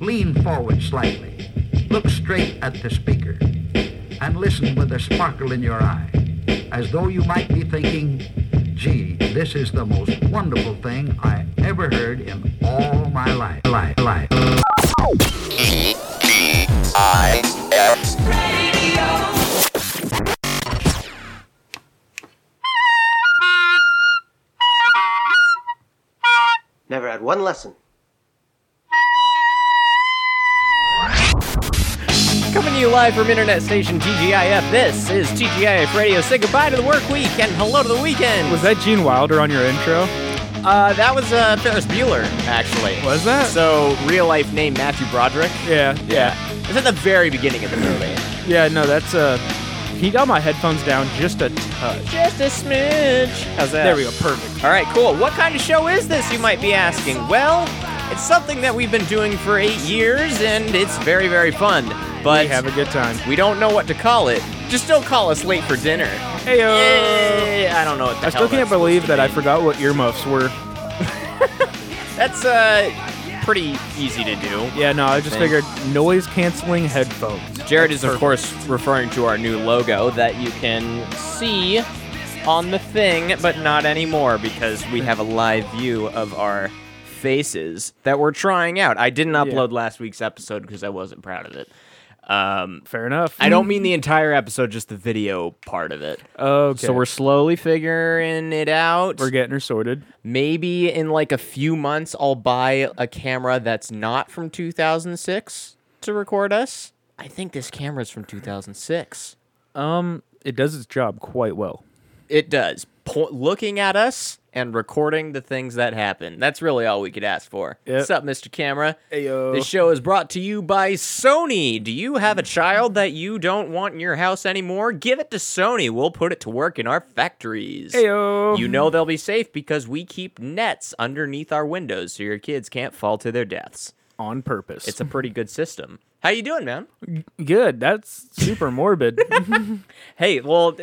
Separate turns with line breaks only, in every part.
Lean forward slightly. Look straight at the speaker. And listen with a sparkle in your eye, as though you might be thinking, gee, this is the most wonderful thing I ever heard in all my life. Life, life.
E D I F
Never had one lesson.
Coming to you live from internet station TGIF, this is TGIF Radio. Say goodbye to the work week and hello to the weekend.
Was that Gene Wilder on your intro?
uh, that was uh, Ferris Bueller, actually.
Was that?
So, real life name Matthew Broderick.
yeah, yeah,
It's at the very beginning of the movie.
yeah. No, that's uh, he got my headphones down just a touch.
Just a smidge. How's that?
There we go, perfect.
All right, cool. What kind of show is this, you might be asking? Well, it's something that we've been doing for eight years, and it's very, very fun. But
We have a good time.
we don't know what to call it. Just don't call us late for dinner.
Heyo.
Yay! I don't know what the
Oh. I
hell
still can't
that's
believe
supposed
that
to
I
be.
forgot what earmuffs were.
That's uh, pretty easy to do.
Yeah, no, I just
Thanks.
figured noise canceling headphones.
Jared is, of
Perfect.
course, referring to our new logo that you can see on the thing, but not anymore because we have a live view of our faces that we're trying out. I didn't upload last week's episode because I wasn't proud of it. Um,
Fair enough.
I don't mean the entire episode, just the video part of it.
Okay.
So we're slowly figuring it out.
we're getting her sorted.
Maybe in like a few months, I'll buy a camera that's not from 2006 to record us. I think this camera's from 2006.
Um, it does its job quite well.
It does. Po- looking at us and recording the things that happen. That's really all we could ask for.
Yep.
What's up, Mr. Camera?
Ayo.
This show is brought to you by Sony. Do you have a child that you don't want in your house anymore? Give it to Sony. We'll put it to work in our factories.
Ayo.
You know they'll be safe because we keep nets underneath our windows so your kids can't fall to their deaths.
on purpose.
It's a pretty good system. How you doing, man?
good. That's super morbid.
Hey, well, it,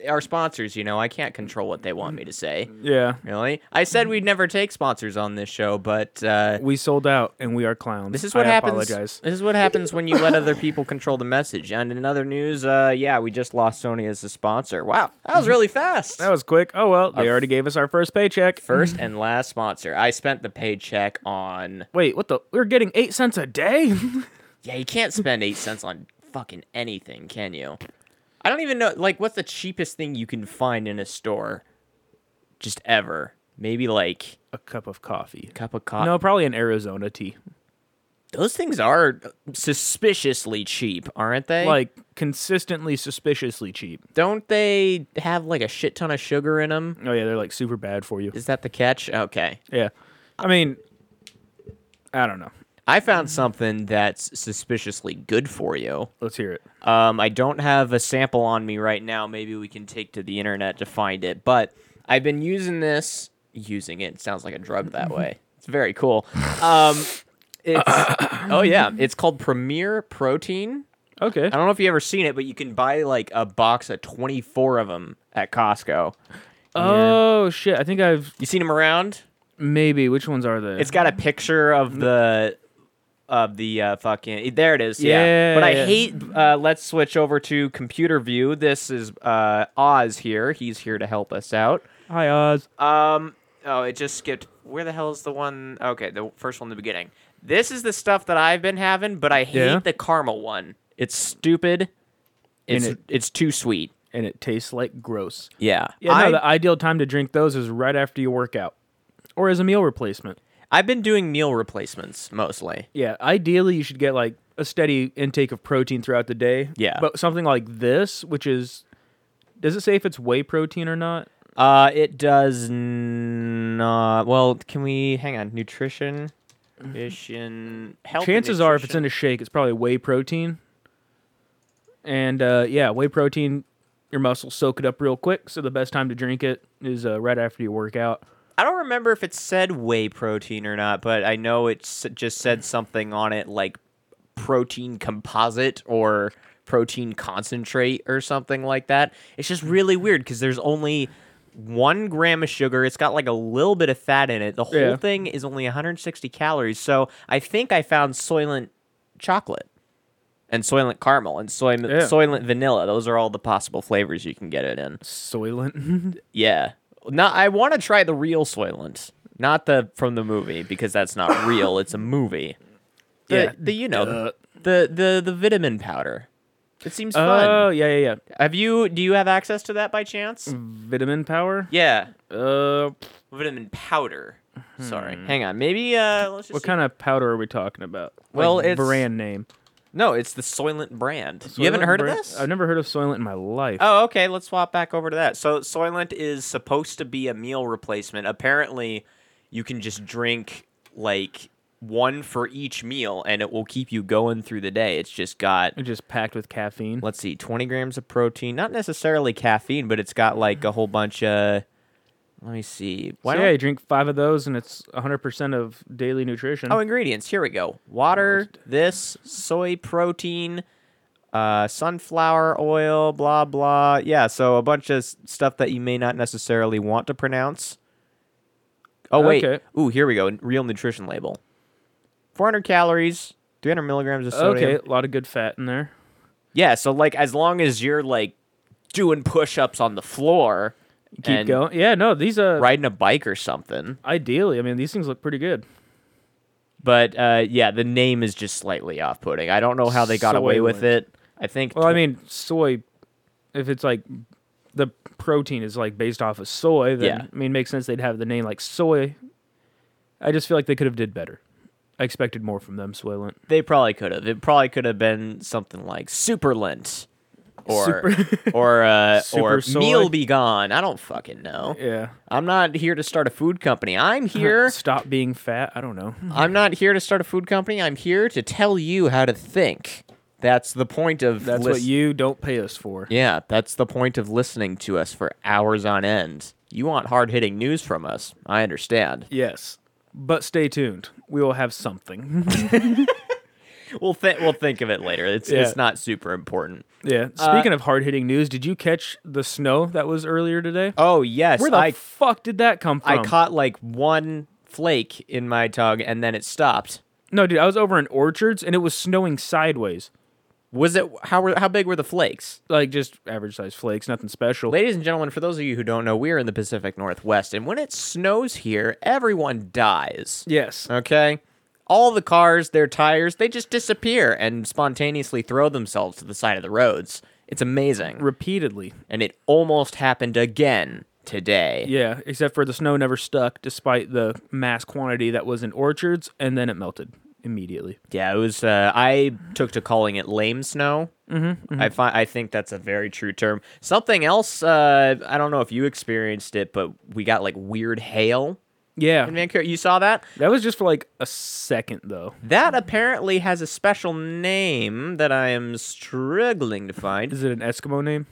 it, our sponsors, you know, I can't control what they want me to say.
yeah.
Really? I said we'd never take sponsors on this show, but uh,
We sold out and we are clowns.
this is what
I
happens.
apologize.
This is what happens when you let other people control the message. And in other news, uh, yeah, we just lost Sony as a sponsor. Wow, that was really fast.
That was quick. Oh well, they already gave us our first paycheck.
First and last sponsor. I spent the paycheck on.
Wait, what the? We're getting eight cents a day.
Yeah, you can't spend eight cents on fucking anything, can you? I don't even know. Like, what's the cheapest thing you can find in a store? Just ever. Maybe like
a cup of coffee.
a cup of coffee.
No, probably an Arizona tea.
Those things are suspiciously cheap, aren't they?
Like consistently suspiciously cheap.
Don't they have like a shit ton of sugar in them?
Oh yeah, they're like super bad for you.
Is that the catch? Okay.
Yeah. I mean, I don't know.
I found something that's suspiciously good for you.
Let's hear it.
Um, I don't have a sample on me right now. Maybe we can take to the internet to find it. But I've been using this. Using it, it sounds like a drug that way. It's very cool. Um, it's oh yeah, it's called Premier Protein.
Okay.
I don't know if you ever seen it, but you can buy like a box of twenty four of them at Costco.
Oh shit! I think I've
You seen them around?
maybe. Which ones are they?
It's got a picture of the of the uh, fucking there it is. Yeah. But I
Yeah.
hate. Uh, let's switch over to computer view. This is uh, Oz here. He's here to help us out.
Hi Oz.
Um. Oh, it just skipped. Where the hell is the one? Okay, the first one in the beginning. This is the stuff that I've been having, but I hate
Yeah?
the caramel one. It's stupid. It's
it-
it's too sweet.
and it tastes like gross.
Yeah.
Yeah,
I-
no, the ideal time to drink those is right after you work out or as a meal replacement.
I've been doing meal replacements mostly.
Yeah, ideally you should get like a steady intake of protein throughout the day.
Yeah.
But something like this, which is does it say if it's whey protein or not?
Uh, it does not. Well, can we hang on? Nutrition, nutrition, health. and
Chances are if it's in
nutrition.
a shake, it's probably whey protein. And uh, yeah, whey protein, your muscles soak it up real quick. So the best time to drink it is uh, right after you work out.
I don't remember if it said whey protein or not, but I know it s- just said something on it like protein composite or protein concentrate or something like that. It's just really weird because there's only one gram of sugar. It's got like a little bit of fat in it. The whole
Yeah.
thing is only 160 calories. So I think I found Soylent chocolate and Soylent caramel and soy- Soylent vanilla. Those are all the possible flavors you can get it in.
Soylent.
Yeah. Not I want to try the real Soylent, not the from the movie because that's not real. It's a movie. The,
Yeah,
The you know
duh.
the the the vitamin powder. It seems
Oh
fun.
yeah, yeah, yeah.
Have you do you have access to that by chance?
Mm. Vitamin power.
Yeah.
Uh,
Vitamin powder. Sorry. Hang on. Maybe uh let's just
Hmm. what
see.
kind of powder are we talking about?
Well,
like
it's-
brand name.
No, it's the Soylent brand. you haven't
Soylent
heard
brand-
of this?
I've never heard of Soylent in my life.
Oh, okay. Let's swap back over to that. So Soylent is supposed to be a meal replacement. Apparently, you can just drink like one for each meal, and it will keep you going through the day. It's just got
It's just packed with caffeine.
let's see, twenty grams of protein, not necessarily caffeine, but it's got like a whole bunch of. Let me see. Why
So,
don't
yeah, you drink five of those, and it's 100% of daily nutrition.
Oh, ingredients. Here we go. Water, this, soy protein, uh, sunflower oil, blah, blah. Yeah, so a bunch of s- stuff that you may not necessarily want to pronounce. Oh, wait.
Okay.
Ooh, here we go. N- Real nutrition label 400 calories, 300 milligrams of sodium.
okay, a lot of good fat in there.
Yeah, so like as long as you're like doing push ups on the floor,
Keep
and
going. Yeah, no, these uh,
Riding a bike or something.
ideally, I mean, these things look pretty good.
But uh, yeah, the name is just slightly off putting. I don't know how they got away with
Soylent.
it. I think.
Well, I
tw-
mean, soy, if it's like the protein is like based off of soy, then
Yeah.
I mean, makes sense they'd have the name like soy. I just feel like they could have did better. I expected more from them, Soylent.
They probably could have. It probably could have been something like Superlint or or uh, or
Super soy?
Meal Be Gone. I don't fucking know.
Yeah.
I'm not here to start a food company. I'm here.
Stop being fat. I don't know.
I'm not here to start a food company. I'm here to tell you how to think. That's the point of
That's what
lis-
you don't pay us for.
Yeah, that's the point of listening to us for hours on end. You want hard-hitting news from us. I understand.
Yes. But stay tuned. We will have something.
We'll th- we'll think of it later. It's
Yeah.
it's not super important.
yeah.
Uh,
Speaking of hard hitting news, did you catch the snow that was earlier today?
Oh yes,
Where the
I
fuck did that come from?
I caught like one flake in my tongue and then it stopped.
no, dude, I was over in orchards and it was snowing sideways.
Was it how were how big were the flakes?
Like just average sized flakes, nothing special.
Ladies and gentlemen, for those of you who don't know, we are in the Pacific Northwest and when it snows here, everyone dies.
Yes.
Okay? All the cars, their tires, they just disappear and spontaneously throw themselves to the side of the roads. It's amazing.
Repeatedly.
And it almost happened again today.
Yeah, except for the snow never stuck despite the mass quantity that was in orchards and then it melted immediately.
Yeah, it was. Uh, I took to calling it lame snow. Mm-hmm, I find I think that's a very true term. Something else. Uh, I don't know if you experienced it, but we got like weird hail in
Yeah.
Vancouver. You saw that?
That was just for like a second though.
That apparently has a special name that I am struggling to find.
Is it an Eskimo name?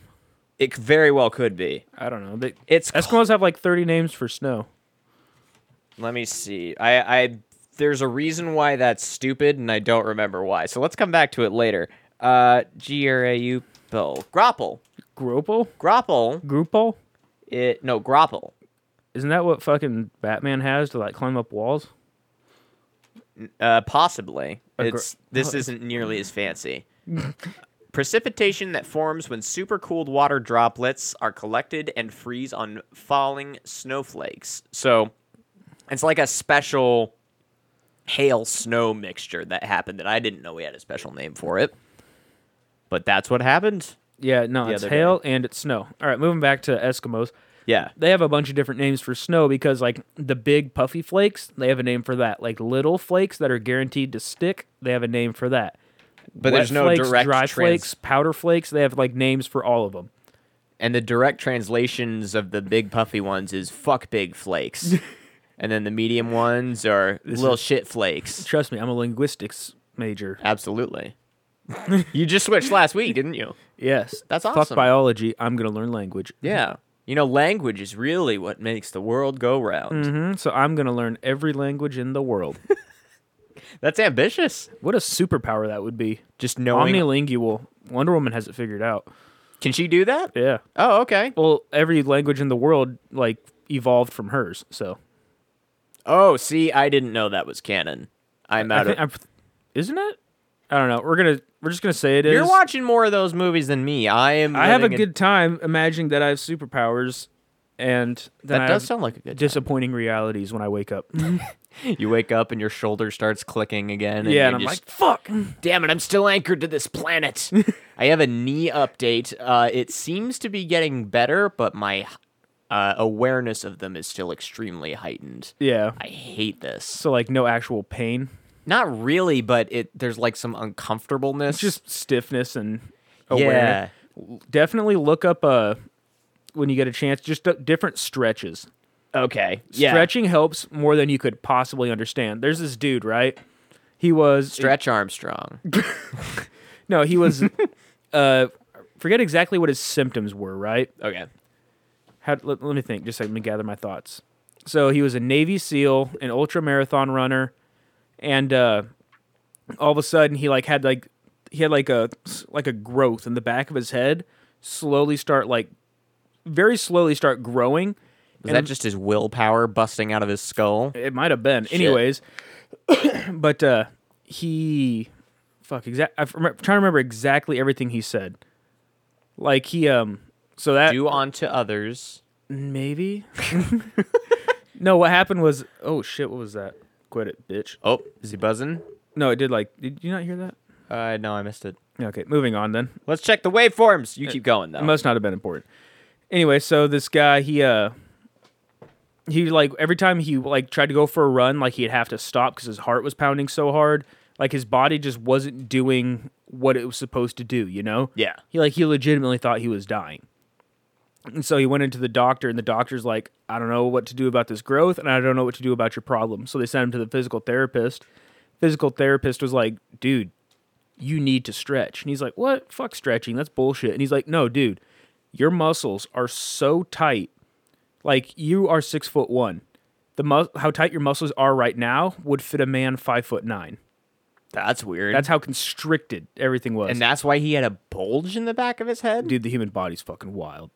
It c- very well could be.
I don't know. They,
It's
Eskimos have like 30 names for snow.
Let me see. I, I there's a reason why that's stupid, and I don't remember why. So let's come back to it later. Uh, G R A U P L E. grapple
Grupo?
grapple.
Grupo?
It no grapple.
Isn't that what fucking Batman has to like climb up walls?
Uh, possibly.
A gr-
It's this isn't nearly as fancy. Precipitation that forms when supercooled water droplets are collected and freeze on falling snowflakes. So it's like a special hail snow mixture that happened that I didn't know we had a special name for it. But that's what happened.
Yeah, no,
The
it's
other
hail and it's snow. All right, moving back to Eskimos.
Yeah.
They have a bunch of different names for snow because like the big puffy flakes, they have a name for that. Like little flakes that are guaranteed to stick, they have a name for that.
But
Wet
there's no
flakes,
direct
dry
trans-
flakes, powder flakes, they have like names for all of them.
and the direct translations of the big puffy ones is fuck big flakes. and then the medium ones are little shit flakes.
Trust me, I'm a linguistics major.
Absolutely. you just switched last week, didn't you?
Yes.
That's
Fuck
awesome.
biology, I'm going to learn language.
Yeah. You know, language is really what makes the world go round.
Mhm, So I'm going to learn every language in the world.
That's ambitious.
What a superpower that would be.
Just knowing
Omnilingual. Wonder Woman has it figured out.
Can she do that?
Yeah.
Oh, okay.
Well, every language in the world like evolved from hers. So
Oh, see, I didn't know that was canon. I'm
I
out
think,
of.
I'm, isn't it? I don't know. We're gonna we're just gonna say it
You're
is.
watching more of those movies than me. I am.
I have a
living in-
good time imagining that I have superpowers, and then
That
I
does
have
sound like a good. Just
disappointing realities when I wake up.
you wake up and your shoulder starts clicking again. And
yeah,
you
and I'm
just-
like, fuck.
damn it, I'm still anchored to this planet. I have a knee update. Uh, it seems to be getting better, but my uh, awareness of them is still extremely heightened.
Yeah.
I hate this.
So like no actual pain,
Not really, but it there's like some uncomfortableness.
just stiffness and awareness.
yeah.
Definitely look up uh when you get a chance, just uh, different stretches.
Okay. Yeah.
Stretching helps more than you could possibly understand. There's this dude, right? He was
Stretch Armstrong.
no, he was uh forget exactly what his symptoms were, right?
Okay.
How, let, let me think. Just let me gather my thoughts. So he was a Navy SEAL, an ultra marathon runner, and uh, all of a sudden he like had like he had like a like a growth in the back of his head, slowly start like very slowly start growing.
Was that just his willpower busting out of his skull?
It might have been, anyways. but uh, he fuck exact. I'm trying to remember exactly everything he said. Like he um. So that
Do unto others.
Maybe. no, what happened was oh shit, what was that? Quit it, bitch.
Oh, is he buzzing?
No, it did like did you not hear that?
Uh, no, I missed it.
Okay, moving on then.
Let's check the waveforms. You keep going though.
It must not have been important. Anyway, so this guy, he uh he like every time he like tried to go for a run, like he'd have to stop cuz his heart was pounding so hard. Like his body just wasn't doing what it was supposed to do, you know?
Yeah.
He like he legitimately thought he was dying. And so he went into the doctor, and the doctor's like, I don't know what to do about this growth, and I don't know what to do about your problem. So they sent him to the physical therapist. Physical therapist was like, dude, you need to stretch. And he's like, what? Fuck stretching. That's bullshit. And he's like, no, dude, your muscles are so tight. Like, you are six foot one. The mus- how tight your muscles are right now would fit a man five foot nine.
That's weird.
That's how constricted everything was.
and that's why he had a bulge in the back of his head.
dude, Mm-hmm. the human body's fucking wild.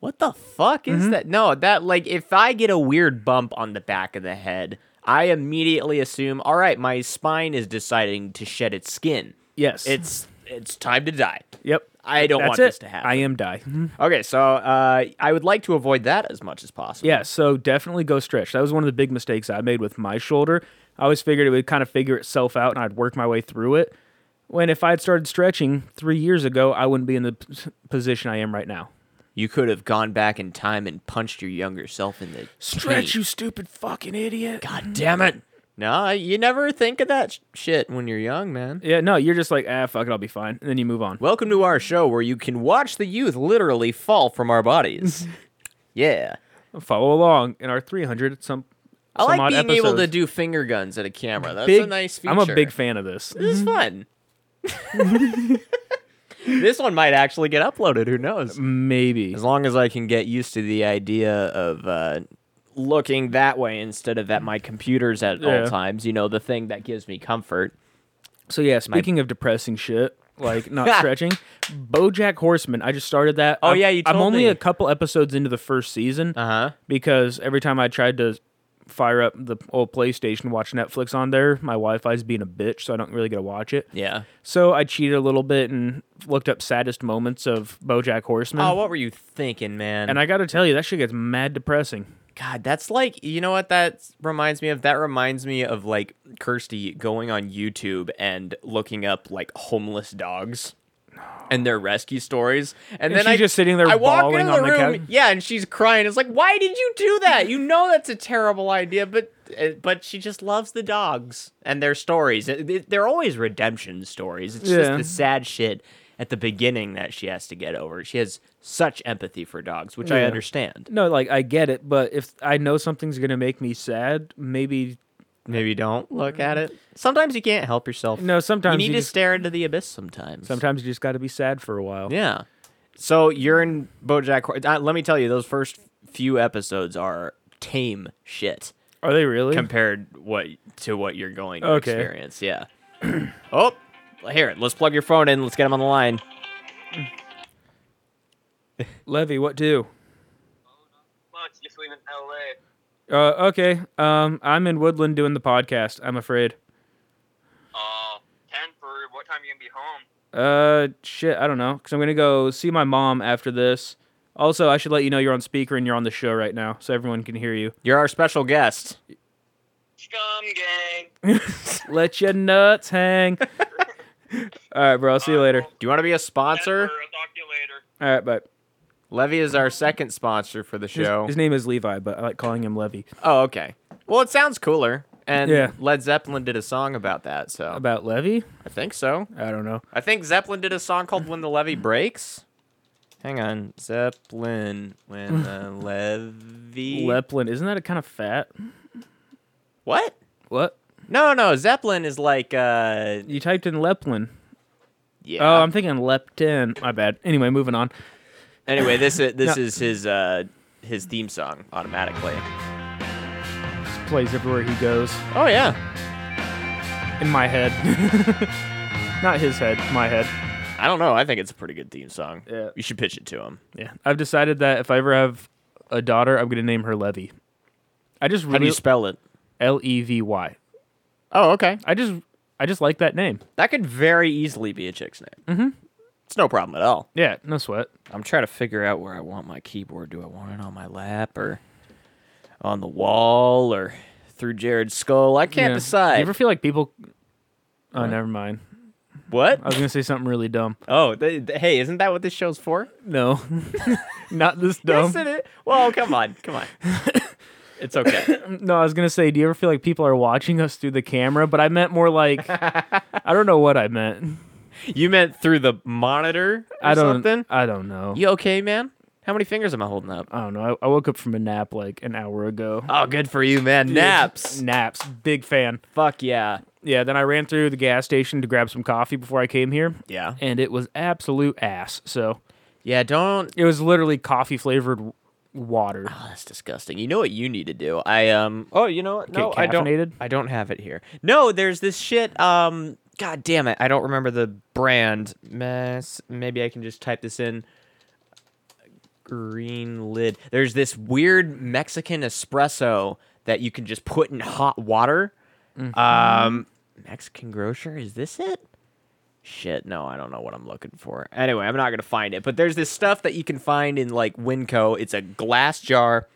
What the fuck is that? No, that like if I get a weird bump on the back of the head, I immediately assume, all right, my spine is deciding to shed its skin.
Yes.
It's it's time to die.
Yep.
I don't
That's
want
it.
this to happen.
I am die. Mm-hmm.
Okay, so uh, I would like to avoid that as much as possible.
Yeah, so definitely go stretch. That was one of the big mistakes I made with my shoulder. I always figured it would kind of figure itself out and I'd work my way through it. When if I had started stretching three years ago, I wouldn't be in the p- position I am right now.
You could have gone back in time and punched your younger self in the
Stretch,
teeth.
you stupid fucking idiot.
God damn it! No, you never think of that sh- shit when you're young, man.
Yeah, no, you're just like, ah, fuck it, I'll be fine. And then you move on.
Welcome to our show where you can watch the youth literally fall from our bodies. yeah.
Follow along in our 300 some.
I
some
like
odd
being able to
episodes.
do finger guns at a camera. That's
big,
a nice feature.
I'm a big Mm-hmm. fan of this.
This is fun. this one might actually get uploaded. Who knows?
Maybe.
As long as I can get used to the idea of uh, looking that way instead of at my computers at
Yeah.
all times. You know, the thing that gives me comfort.
So yeah, speaking of depressing shit, like not stretching, BoJack Horseman. I just started that.
Oh,
I'm-
yeah, you
I'm
told
only
me.
a couple episodes into the first season
Uh huh.
because every time I tried to fire up the old PlayStation, watch Netflix on there, my Wi-Fi's being a bitch, so I don't really get to watch it.
Yeah.
So I cheated a little bit and looked up saddest moments of BoJack Horseman.
Oh, what were you thinking, man?
and I got to tell you, that shit gets mad depressing.
God, that's like you know what that reminds me of. That reminds me of like Kirsty going on YouTube and looking up like homeless dogs and their rescue stories, and,
And
then
she's
I
just sitting there
I walk
bawling
into the
on the
room,
couch.
yeah, and she's crying. It's like, why did you do that? You know that's a terrible idea, but uh, but she just loves the dogs and their stories. It- it- They're always redemption stories. It's
Yeah.
just the sad shit at the beginning that she has to get over. She has such empathy for dogs, which I
Yeah.
understand.
No, like I get it, but if I know something's gonna make me sad, maybe
Maybe don't look at it. Sometimes you can't help yourself.
Mm. No, sometimes
you need
you
to
just-
stare into the abyss. Sometimes.
sometimes you just got to be sad for a while.
Yeah. So you're in BoJack. Hor- Uh, let me tell you, those first few episodes are tame shit
Are they really?
compared what to what you're going to
Okay.
experience. Yeah. oh, here, let's plug your phone in. Let's get him on the line.
Levy, what do?
Much, just leaving LA.
Uh, okay. Um, I'm in Woodland doing the podcast. I'm afraid.
Uh, ten for what time you gonna be
Uh,
home?
shit. I don't know. Cause I'm gonna go see my mom after this. Also, I should let you know you're on speaker and you're on the show right now, so everyone can hear you.
You're our special guest.
Scum gang.
Let your nuts hang. All right, bro. I'll see you later.
Do you want to be a sponsor?
Denver, I'll talk to you later.
All right, bye.
Levy is our second sponsor for the
His,
show.
his name is Levi, but I like calling him Levy.
oh, okay. Well, it sounds cooler. And
Yeah.
Led Zeppelin did a song about that, so
About Levy?
I think so.
I don't know.
I think Zeppelin did a song called "When the Levee Breaks." Hang on, Zeppelin, when the levee.
Leplin. Isn't that a kind of fat?
what?
What?
No, no, Zeppelin is like uh,
You typed in Leplin.
yeah.
Oh, I'm thinking Leptin. My bad. Anyway, moving on.
anyway, this is this
No.
is his uh his theme song automatically.
Just plays everywhere he goes.
Oh yeah.
In my head. Not his head, my head.
I don't know. I think it's a pretty good theme song.
Yeah.
You should pitch it to him.
Yeah. I've decided that if I ever have a daughter, I'm going to name her Levy. I just
How do
really
you spell it?
L E V Y.
Oh, okay.
I just I just like that name.
That could very easily be a chick's name. Mm-hmm. It's no problem at all.
Yeah, no sweat.
I'm trying to figure out where I want my keyboard. Do I want it on my lap or on the wall or through Jared's skull? I can't
Yeah.
decide.
You ever feel like people Oh, never mind. I was
what?
going to say something really dumb.
Oh, th- th- hey, isn't that what this show's for?
No. Not this dumb.
Yes, it is. Well, come on, come on. it's okay.
No, I was gonna say, do you ever feel like people are watching us through the camera? But I meant more like I don't know what I meant.
You meant through the monitor or
I don't.
something?
I don't know.
You okay, man? How many fingers am I holding up?
I don't know. I, I woke up from a nap like an hour ago.
Oh, good for you, man. Naps.
Naps. Big fan.
Fuck yeah.
Yeah. Then I ran through the gas station to grab some coffee before I came here.
Yeah.
And it was absolute ass. So
Yeah, don't
it was literally coffee flavored w- water.
Oh, that's disgusting. You know what you need to do? I um. Oh, you know what? No, I
caffeinated?
don't. I don't have it here. No, there's this shit. Um. God damn it! I don't remember the brand. Mess. Maybe I can just type this in. Green lid. There's this weird Mexican espresso that you can just put in hot water. Um. Mexican grocer. Is this it? Shit, no, I don't know what I'm looking for. Anyway, I'm not gonna find it. But there's this stuff that you can find in like Winco. It's a glass jar.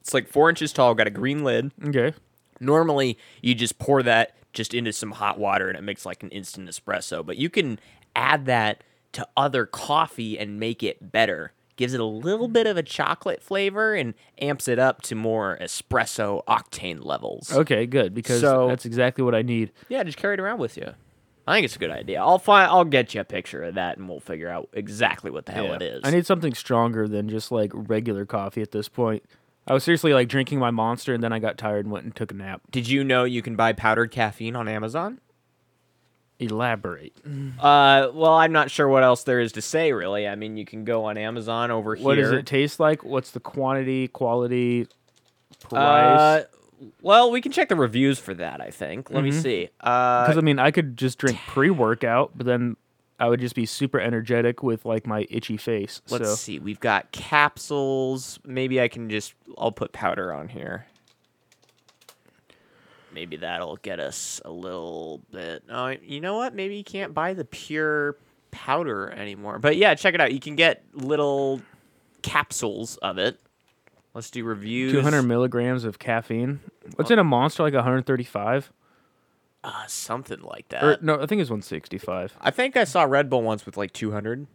It's like four inches tall, got a green lid.
Okay.
Normally you just pour that just into some hot water and it makes like an instant espresso. But you can add that to other coffee and make it better. Gives it a little bit of a chocolate flavor and amps it up to more espresso octane levels.
Okay. Good because
So-
that's exactly what I need.
Yeah, just carry it around with you. I think it's a good idea. I'll find. I'll get you a picture of that, and we'll figure out exactly what the hell it is.
I need something stronger than just like regular coffee at this point. I was seriously like drinking my monster and then I got tired and went and took a nap.
Did you know you can buy powdered caffeine on Amazon?
Elaborate.
Uh, well, I'm not sure what else there is to say, really. I mean, you can go on Amazon over
What
here.
does it taste like? What's the quantity, quality,
Uh,
price?
well, we can check the reviews for that. I think. Let me see. Uh,
Because I mean, I could just drink pre-workout, but then I would just be super energetic with like my itchy face.
let's
so
see. We've got capsules. Maybe I can just. I'll put powder on here. Maybe that'll get us a little bit. Uh, you know what? Maybe you can't buy the pure powder anymore. But yeah, check it out. You can get little capsules of it. Let's do reviews.
200 milligrams of caffeine. What's
Oh.
in a monster like 135?
uh, something like that.
Or no, I think it's 165.
I think I saw Red Bull once with like 200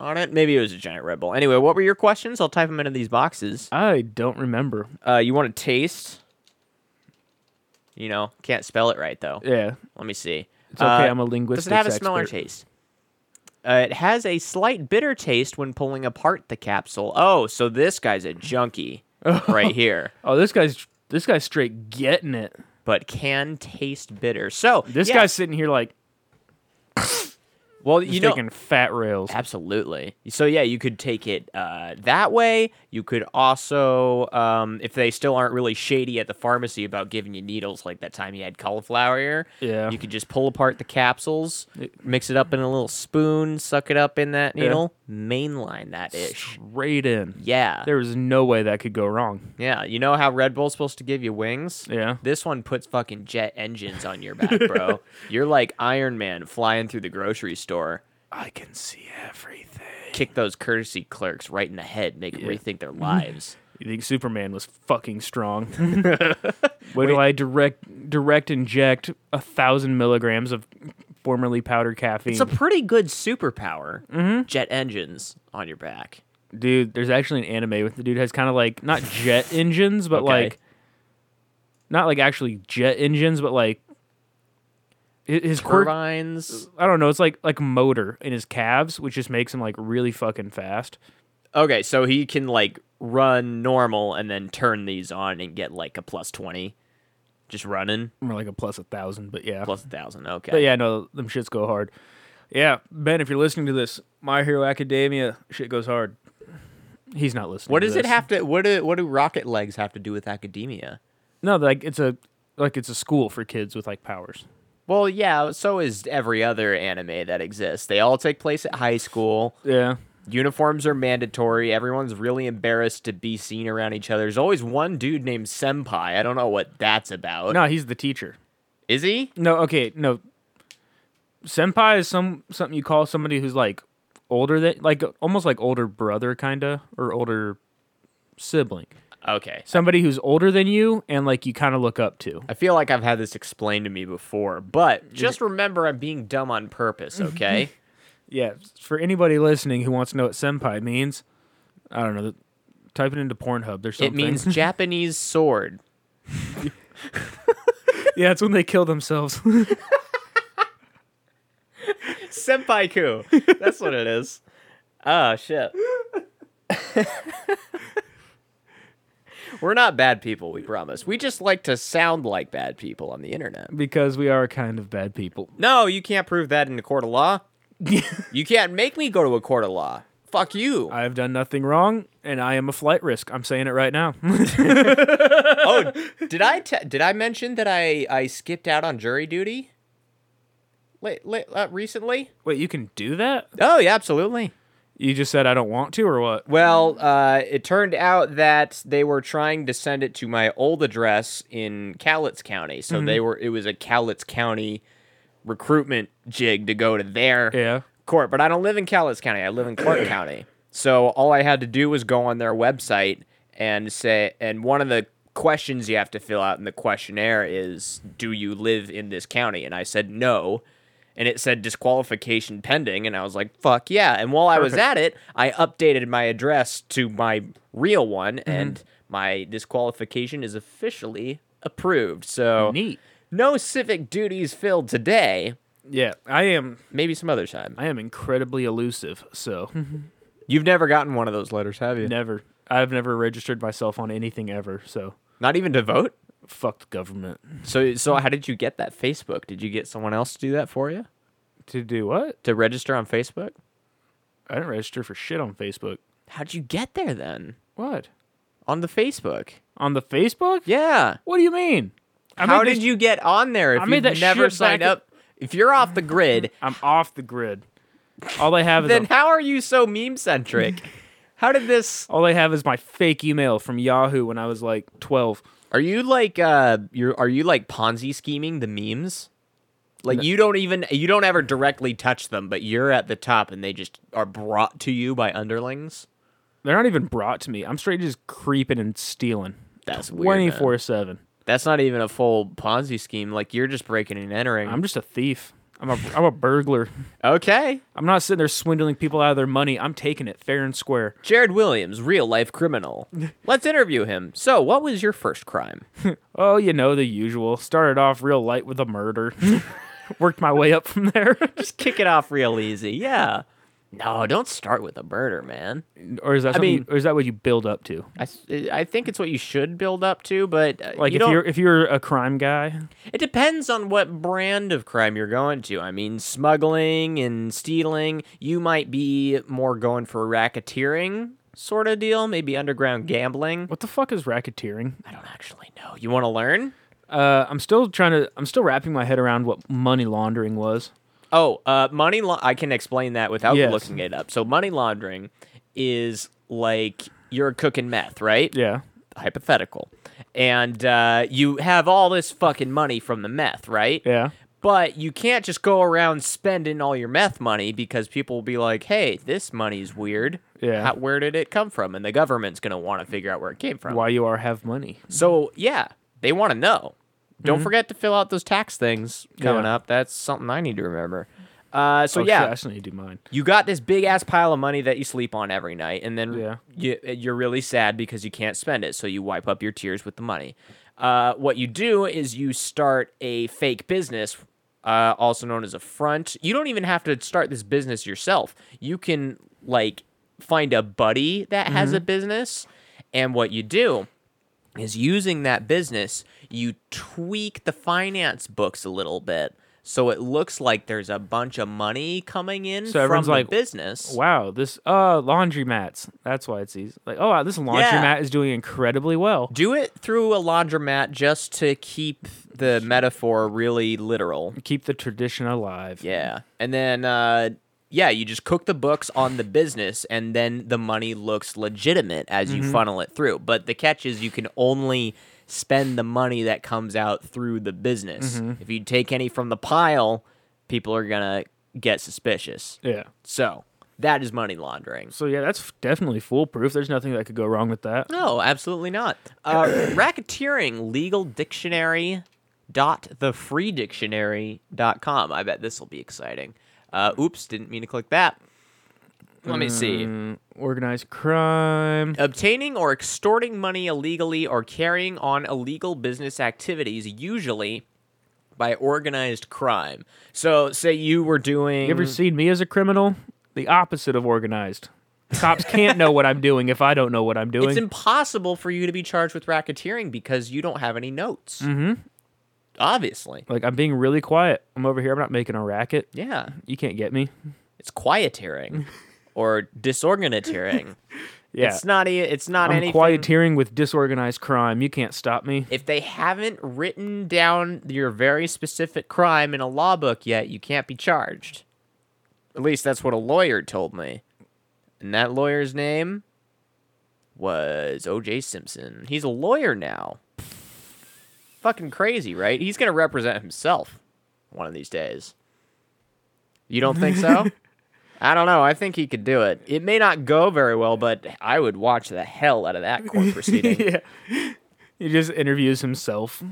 on it. Maybe it was a giant Red Bull. Anyway, what were your questions? I'll type them into these boxes.
I don't remember.
Uh, you want to taste? You know, can't spell it right though.
Yeah,
Let me see.
it's okay.
Uh,
I'm a linguist.
Does it have a smell or taste? Uh, it has a slight bitter taste when pulling apart the capsule. Oh, so this guy's a junkie right here,
Oh, this guy's this guy's straight getting it.
but can taste bitter. So
This
yeah,
guy's sitting here like
well,
you
you know,
taking fat rails.
Absolutely. So yeah, you could take it uh, that way. You could also, um, if they still aren't really shady at the pharmacy about giving you needles, like that time you had cauliflower ear.
Yeah.
You could just pull apart the capsules, mix it up in a little spoon, suck it up in that
Yeah.
needle. mainline that ish.
Right in.
Yeah.
There was no way that could go wrong.
Yeah. You know how Red Bull's supposed to give you wings?
Yeah.
This one puts fucking jet engines on your back, bro. You're like Iron Man flying through the grocery store.
I can see everything.
Kick those courtesy clerks right in the head, make them rethink their lives.
You think Superman was fucking strong? Wait till I direct direct inject a thousand milligrams of formerly powdered caffeine.
It's a pretty good superpower. Jet engines on your back.
dude, there's actually an anime with the dude has kind of like not jet engines, but
Okay.
like not like actually jet engines, but like hi- his quirk.
Turbines.
I don't know. It's like like motor in his calves, which just makes him like really fucking fast.
Okay, so he can like run normal and then turn these on and get like a plus 20. Just running.
More like a plus a thousand, but yeah.
Plus a thousand. Okay.
But yeah, no, them shits go hard. Yeah, Ben, if you're listening to this, My Hero Academia shit goes hard. He's not listening.
What
to
does it
this.
have to? What do what do rocket legs have to do with academia?
No, like it's a like it's a school for kids with like powers.
Well, yeah, so is every other anime that exists. They all take place at high school.
Yeah,
Uniforms are mandatory. Everyone's really embarrassed to be seen around each other. There's always one dude named Senpai. I don't know what that's about.
no, he's the teacher.
Is he?
No, okay, no. Senpai is some something you call somebody who's like older than like almost like older brother kinda or older sibling.
Okay.
Somebody who's older than you and like you kind of look up to.
I feel like I've had this explained to me before, but just remember I'm being dumb on purpose, okay?
Yeah, for anybody listening who wants to know what senpai means, I don't know. Type it into Pornhub. There's
it
something.
means Japanese sword.
yeah, it's when they kill themselves.
Senpaiku. That's what it is. Oh shit. We're not bad people, we promise. We just like to sound like bad people on the internet.
because we are kind of bad people.
No, you can't prove that in a court of law. you can't make me go to a court of law. Fuck you.
I have done nothing wrong, and I am a flight risk. I'm saying it right now.
oh, did I te- did I mention that I I skipped out on jury duty? Late, late, uh, recently?
Wait, you can do that?
Oh yeah, absolutely.
You just said I don't want to, or what?
Well, uh, it turned out that they were trying to send it to my old address in Cowlitz County, so they
Mm-hmm.
were it was a Cowlitz County recruitment jig to go to their
Yeah.
court. But I don't live in Cowlitz County; I live in Clark County. So all I had to do was go on their website and say, and one of the questions you have to fill out in the questionnaire is, "Do you live in this county?" And I said no. And it said disqualification pending, and I was like, "Fuck yeah!" And while I was at it, I updated my address to my real one, and my disqualification is officially approved. So
Neat.
No civic duties filled today.
Yeah, I am.
Maybe some other time.
I am incredibly elusive. So
You've never gotten one of those letters, have you?
never. I've never registered myself on anything ever. So
Not even to vote.
fuck the government.
So, so how did you get that Facebook? Did you get someone else to do that for you
To do what?
to register on Facebook?
I didn't register for shit on Facebook.
How'd you get there then?
What?
On the Facebook?
On the Facebook?
Yeah.
What do you mean? I
how
made
did
this-
you get on there if
I
you've
made that
never
shit
signed
back-
up? If you're off the grid,
I'm off the grid. All they have is
then
a-
how are you so meme centric? how did this?
all they have is my fake email from Yahoo when I was like 12.
Are you like uh? You're are you like Ponzi scheming the memes? Like you don't even you don't ever directly touch them, but you're at the top, and they just are brought to you by underlings.
They're not even brought to me. I'm straight just creeping and stealing.
That's weird, man.
24 7.
That's not even a full Ponzi scheme. Like you're just breaking and entering.
I'm just a thief. I'm a I'm a burglar.
okay.
I'm not sitting there swindling people out of their money. I'm taking it fair and square.
Jared Williams, real life criminal. Let's interview him. So, what was your first crime?
Oh, you know the usual. Started off real light with a murder. Worked my way up from there.
Just kick it off real easy. Yeah. No, don't start with a murder, man.
or is that something you-
mean-
or is that what you build up to?
I, I think it's what you should build up to, but uh,
Like
you
if
don't-
you're if you're a crime guy,
it depends on what brand of crime you're going to. I mean, smuggling and stealing, you might be more going for racketeering sort of deal, maybe underground gambling.
what the fuck is racketeering?
I don't actually know. You want to learn?
Uh, I'm still trying to. I'm still wrapping my head around what money laundering was.
Oh, uh, money. La- I can explain that without
Yes.
looking it up. So money laundering is like you're cooking meth, right?
Yeah.
Hypothetical, and uh, you have all this fucking money from the meth, right?
Yeah.
But you can't just go around spending all your meth money because people will be like, "Hey, this money's weird.
Yeah.
How, where did it come from?" And the government's gonna want to figure out where it came from.
Why you are have money.
So yeah, they want to know. Don't forget to fill out those tax things coming
Mm-hmm. Yeah.
up. That's something I need to remember. Uh, so
oh,
yeah,
shit, I still need to do mine.
you got this big ass pile of money that you sleep on every night, and then
Yeah.
you, you're really sad because you can't spend it. So you wipe up your tears with the money. Uh, what you do is you start a fake business, uh, also known as a front. You don't even have to start this business yourself. You can like find a buddy that has
Mm-hmm.
a business, and what you do is using that business, you tweak the finance books a little bit. So it looks like there's a bunch of money coming in
So
from
everyone's
the
like,
business.
Wow, this uh laundromats. That's why it's easy. Like, oh wow, this laundromat is doing incredibly well.
Do it through a laundromat just to keep the metaphor really literal.
Keep the tradition alive.
Yeah. And then uh yeah, you just cook the books on the business and then the money looks legitimate as you funnel it through. But the catch is you can only spend the money that comes out through the business. If you take any from the pile, people are going to get suspicious.
Yeah.
So, that is money laundering.
So yeah, that's f- definitely foolproof. There's nothing that could go wrong with that.
No, absolutely not. Uh, racketeering legal dictionary dot the free dictionary dot com. I bet this will be exciting. Uh, oops, didn't mean to click that. Let me
Mm.
see.
Organized crime.
Obtaining or extorting money illegally or carrying on illegal business activities, usually by organized crime. So, say you were doing.
You ever seen me as a criminal? The opposite of organized. Cops can't know what I'm doing if I don't know what I'm doing.
It's impossible for you to be charged with racketeering because you don't have any notes. Mm-hmm. Obviously.
like I'm being really quiet. I'm over here. I'm not making a racket.
Yeah.
You can't get me.
It's quieteering or disorganiteering.
Yeah.
It's not e- it's not
I'm
anything.
quieteering with disorganized crime. You can't stop me.
If they haven't written down your very specific crime in a law book yet, you can't be charged. At least that's what a lawyer told me. And that lawyer's name was O.J. Simpson. He's a lawyer now. Fucking crazy, right? He's going to represent himself one of these days. You don't think so? I don't know. I think he could do it. It may not go very well, but I would watch the hell out of that court proceeding.
He just interviews himself.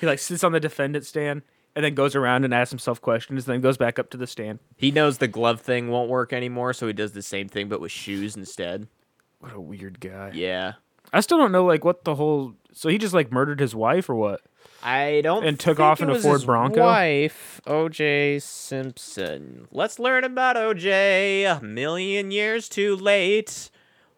he like sits on the defendant stand and then goes around and asks himself questions, then goes back up to the stand.
He knows the glove thing won't work anymore, so he does the same thing but with shoes instead.
What a weird guy.
Yeah.
I still don't know like what the whole. So he just like murdered his wife or what?
I don't
And took
think
off
it
in a
was
Ford
his
Bronco?
Wife OJ Simpson. Let's learn about OJ a million years too late.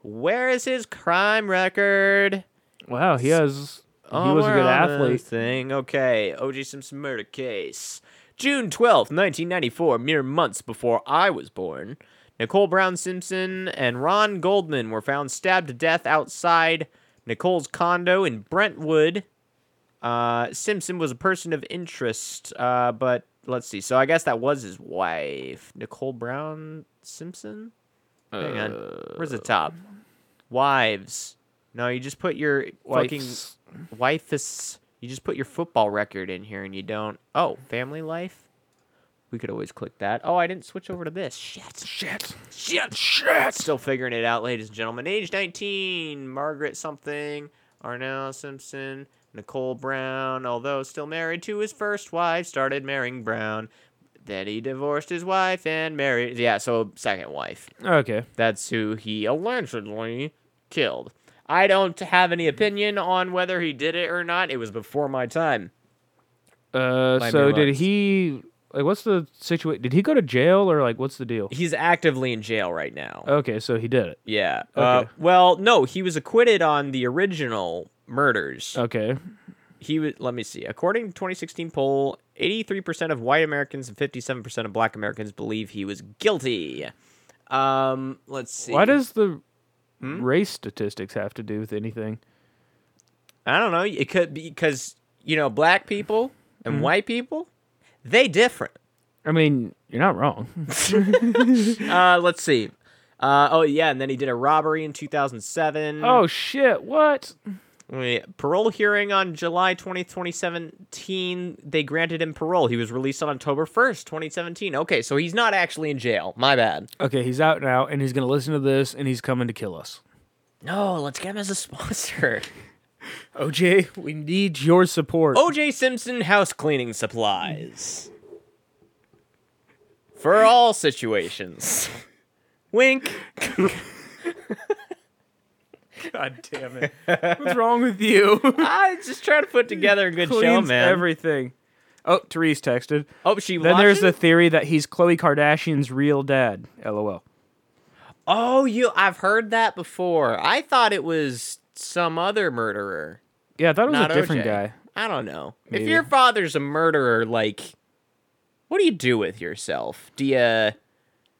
Where is his crime record?
Wow, he has. Oh, he was a
we're
good
on a
athlete.
Thing. Okay, O.J. Simpson murder case. June twelfth, 1994, mere months before I was born, Nicole Brown Simpson and Ron Goldman were found stabbed to death outside Nicole's condo in Brentwood. Uh, Simpson was a person of interest, uh, but let's see. So I guess that was his wife, Nicole Brown Simpson. Hang on, where's the top? Wives. No, you just put your fucking
Wife's-
wife is you just put your football record in here and you don't oh family life we could always click that oh i didn't switch over to this shit
Shit.
shit shit still figuring it out ladies and gentlemen age 19 margaret something arnell simpson nicole brown although still married to his first wife started marrying brown then he divorced his wife and married yeah so second wife
Okay.
that's who he allegedly killed. I don't have any opinion on whether he did it or not. It was before my time.
Uh,
Might
so
be
did
lots.
he? Like, what's the situation? Did he go to jail or like, what's the deal?
He's actively in jail right now.
Okay, so he did it.
yeah. Uh,
Oh. okay.
well, no, he was acquitted on the original murders.
Okay.
he was let me see according to 2016 poll 83% of white americans and 57% of black americans believe he was guilty um let's see
Why does the race statistics have to do with anything?
I don't know.
Mm-hmm.
It could be because you know black people and white people, they different.
I mean, you're not wrong.
Uh, let's see. Uh, oh yeah, and then he did a robbery in 2007.
oh shit! What?
Wait, parole hearing on July 20th, 2017. They granted him parole. He was released on October 1st, 2017. Okay, so he's not actually in jail. My bad.
Okay, he's out now, and he's gonna listen to this, and he's coming to kill us.
No, let's get him as a sponsor.
OJ, we need your support.
OJ Simpson house cleaning supplies. For all situations. Wink.
God damn it! What's wrong with you?
I just trying to put together a good show,
Cleans
man.
Everything. Oh, Therese texted.
oh, she
Then there's the
watching?
theory that he's Khloe Kardashian's real dad. LOL.
Oh, you I've heard that before. I thought it was some other murderer.
Yeah, I thought it was
Not
a different
OJ.
guy.
I don't know. If
Maybe.
your father's a murderer, like, what do you do with yourself? Do you uh,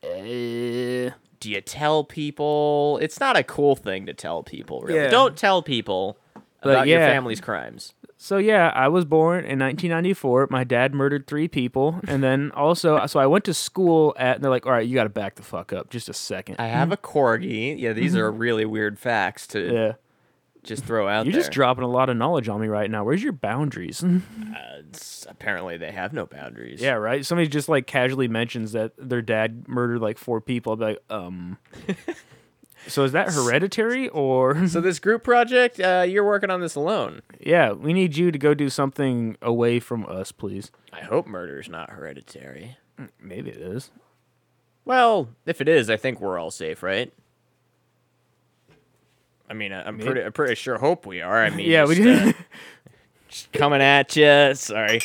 do you tell people? It's not a cool thing to tell people. Really,
Yeah.
don't tell people about your
yeah.
family's crimes.
So yeah, I was born in 1994. My dad murdered three people, and then also, so I went to school at. And they're like, "All right, you got to back the fuck up, just a second.
I have a corgi. Yeah, these are really weird facts to
yeah,
just throw out.
you're just
there.
dropping a lot of knowledge on me right now. Where's your boundaries?
Uh, It's- apparently they have no boundaries.
yeah, right. Somebody just like casually mentions that their dad murdered like four people. I'd be like, um. so is that hereditary or?
So this group project, uh, you're working on this alone.
yeah, we need you to go do something away from us, please.
I hope murder is not hereditary.
Maybe it is.
Well, if it is, I think we're all safe, right? I mean, I- I'm pretty, I'm pretty sure. Hope we are. I mean,
Yeah, we
just, uh,
did.
just coming at you. Sorry.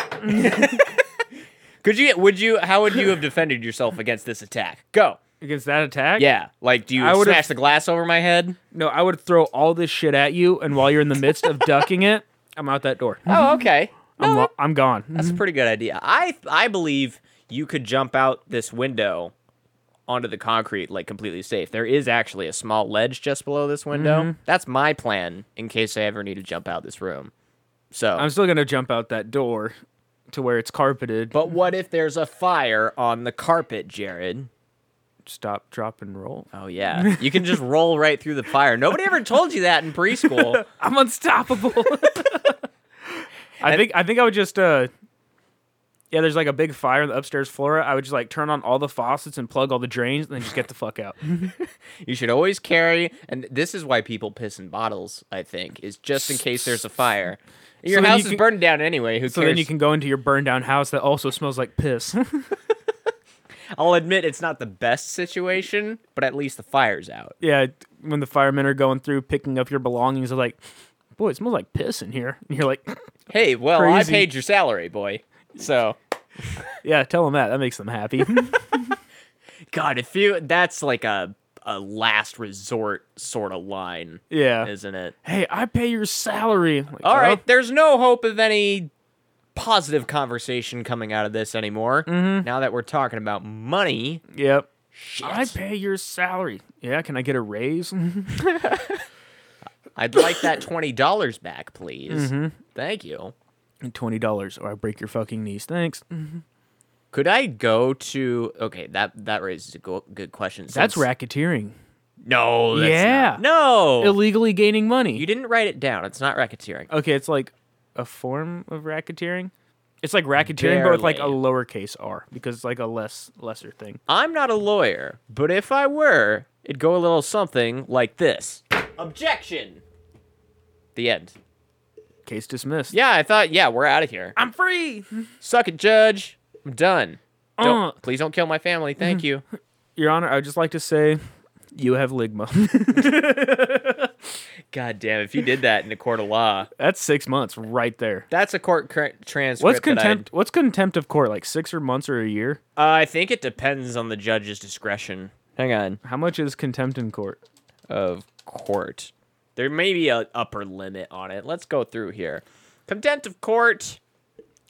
Could you? Would you? How would you have defended yourself against this attack? Go.
against that attack.
Yeah. Like, do you
I would've-
smash the glass over my head?
No, I would throw all this shit at you, and while you're in the midst of ducking it, I'm out that door.
Oh, okay.
I'm, lo- I'm gone.
That's a pretty good idea. I I believe you could jump out this window onto the concrete like completely safe. There is actually a small ledge just below this window.
Mm-hmm.
That's my plan in case I ever need to jump out this room. So,
I'm still gonna jump out that door to where it's carpeted.
but what if there's a fire on the carpet, Jared?
Stop, drop, and roll.
Oh yeah, you can just roll right through the fire. Nobody ever told you that in preschool.
I'm unstoppable. I think I think I would just uh yeah, there's like a big fire on the upstairs floor. I would just like turn on all the faucets and plug all the drains and then just get the fuck out.
You should always carry, and this is why people piss in bottles. I think is just in case there's a fire. Your
then
house
you
is
can-
burning down anyway. Who
So
cares?
then you can go into your burned down house that also smells like piss.
I'll admit it's not the best situation, but at least the fire's out.
yeah, when the firemen are going through picking up your belongings, they're like, boy, it smells like piss in here. And you're like,
Hey, well,
Crazy.
I paid your salary, boy. So,
yeah, tell them that. That makes them happy.
God, if you that's like a a last resort sort of line,
yeah.
isn't it?
Hey, I pay your salary. Like,
All
"Well,
right, there's no hope of any positive conversation coming out of this anymore. Now that we're talking about money,
Yep. I pay your salary. Yeah, can I get a raise?
I'd like that $20 back, please. Thank you.
Twenty dollars, or I break your fucking knees. Thanks.
Could I go to Okay, that that raises a go- good question.
That's
since-
racketeering.
No, that's
Yeah.
not- No.
Illegally gaining money.
You didn't write it down. It's not racketeering.
okay, it's like a form of racketeering. It's like racketeering, but with like a
Barely.
lowercase r because it's like a less lesser thing.
I'm not a lawyer, but if I were, it'd go a little something like this. Objection. The end.
Case dismissed.
Yeah, I thought, yeah, we're out of here.
I'm free.
Suck it, judge. I'm done. Don't,
Uh. Mm-hmm.
please don't kill my family. Thank you.
Your Honor, I would just like to say, you have ligma.
God damn, if you did that in a court of law,
That's six months right there.
that's a court cr- transcript.
What's
that I'd-
contempt? What's contempt of court? Like six or months or a year?
Uh, I think it depends on the judge's discretion. Hang on.
How much is contempt in court?
of court. There may be an upper limit on it. Let's go through here. Contempt of court,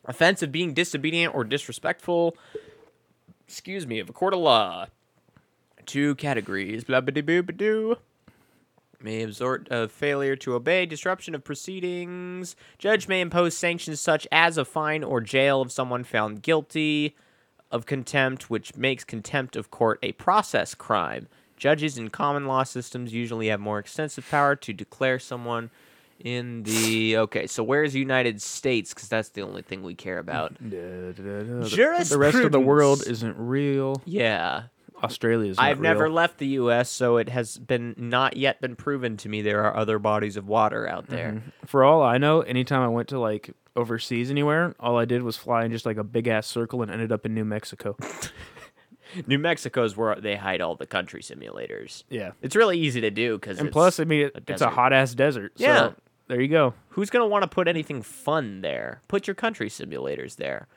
offense of being disobedient or disrespectful, excuse me, of a court of law. Two categories, blah blah boo ba doo. May exhort of failure to obey, disruption of proceedings. Judge may impose sanctions such as a fine or jail if someone found guilty of contempt, which makes contempt of court a process crime. Judges in common law systems usually have more extensive power to declare someone in the. Okay, so where's United States? Because that's the only thing we care about.
Mm. The rest of the world isn't real.
Yeah.
Australia's.
I've never left the U.S., so it has been not yet been proven to me there are other bodies of water out there.
For all I know, anytime I went to like overseas anywhere, all I did was fly in just like a big ass circle and ended up in New Mexico.
New Mexico's where they hide all the country simulators.
Yeah.
It's really easy to do because
And plus, I mean, it, it's a
desert.
hot ass desert. So
Yeah.
There you go.
who's gonna want to put anything fun there? Put your country simulators there.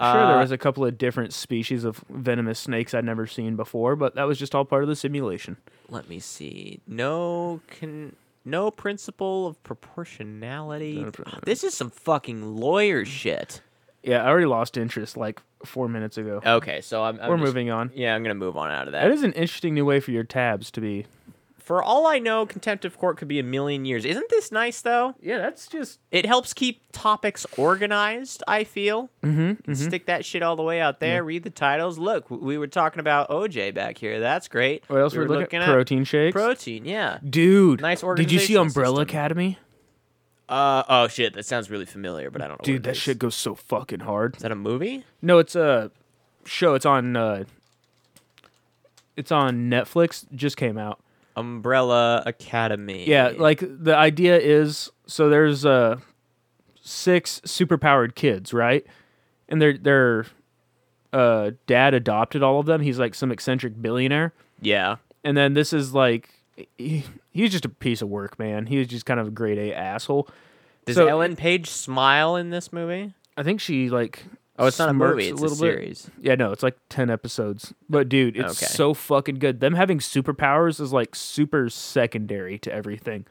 Sure, there
Uh,
was a couple of different species of venomous snakes I'd never seen before, but that was just all part of the simulation.
Let me see. No can no principle of proportionality. This is some fucking lawyer shit.
Yeah, I already lost interest like four minutes ago.
Okay, so I'm, I'm
We're
just-
moving on.
Yeah, I'm gonna move on out of that.
That is an interesting new way for your tabs to be.
For all I know, contempt of court could be a million years. Isn't this nice though?
Yeah, that's just
It helps keep topics organized, I feel. Mm-hmm, Stick that shit all the way out there. Read the titles. Look, w- we were talking about OJ back here. That's great.
what else
we
we are looking at? Protein shakes.
Protein, yeah.
Dude,
Nice
Did you see
organizational
Umbrella
system.
Academy?
Uh, oh, shit. That sounds really familiar, but I don't know.
Dude,
what it
that
is.
shit goes so fucking hard.
Is that a movie?
No, it's a show. It's on. uh It's on Netflix. Just came out.
Umbrella Academy.
Yeah, like the idea is so there's uh six superpowered kids, right? And their their uh dad adopted all of them. He's like some eccentric billionaire.
Yeah.
And then this is like he, he's just a piece of work, man. He was just kind of a grade A asshole.
Does
So-
Ellen Page smile in this movie?
I think she like
Oh, it's not a
smirks
movie, it's a
little bit.
series.
Yeah, no, it's like 10 episodes. But dude, it's
Okay.
so fucking good. Them having superpowers is like super secondary to everything.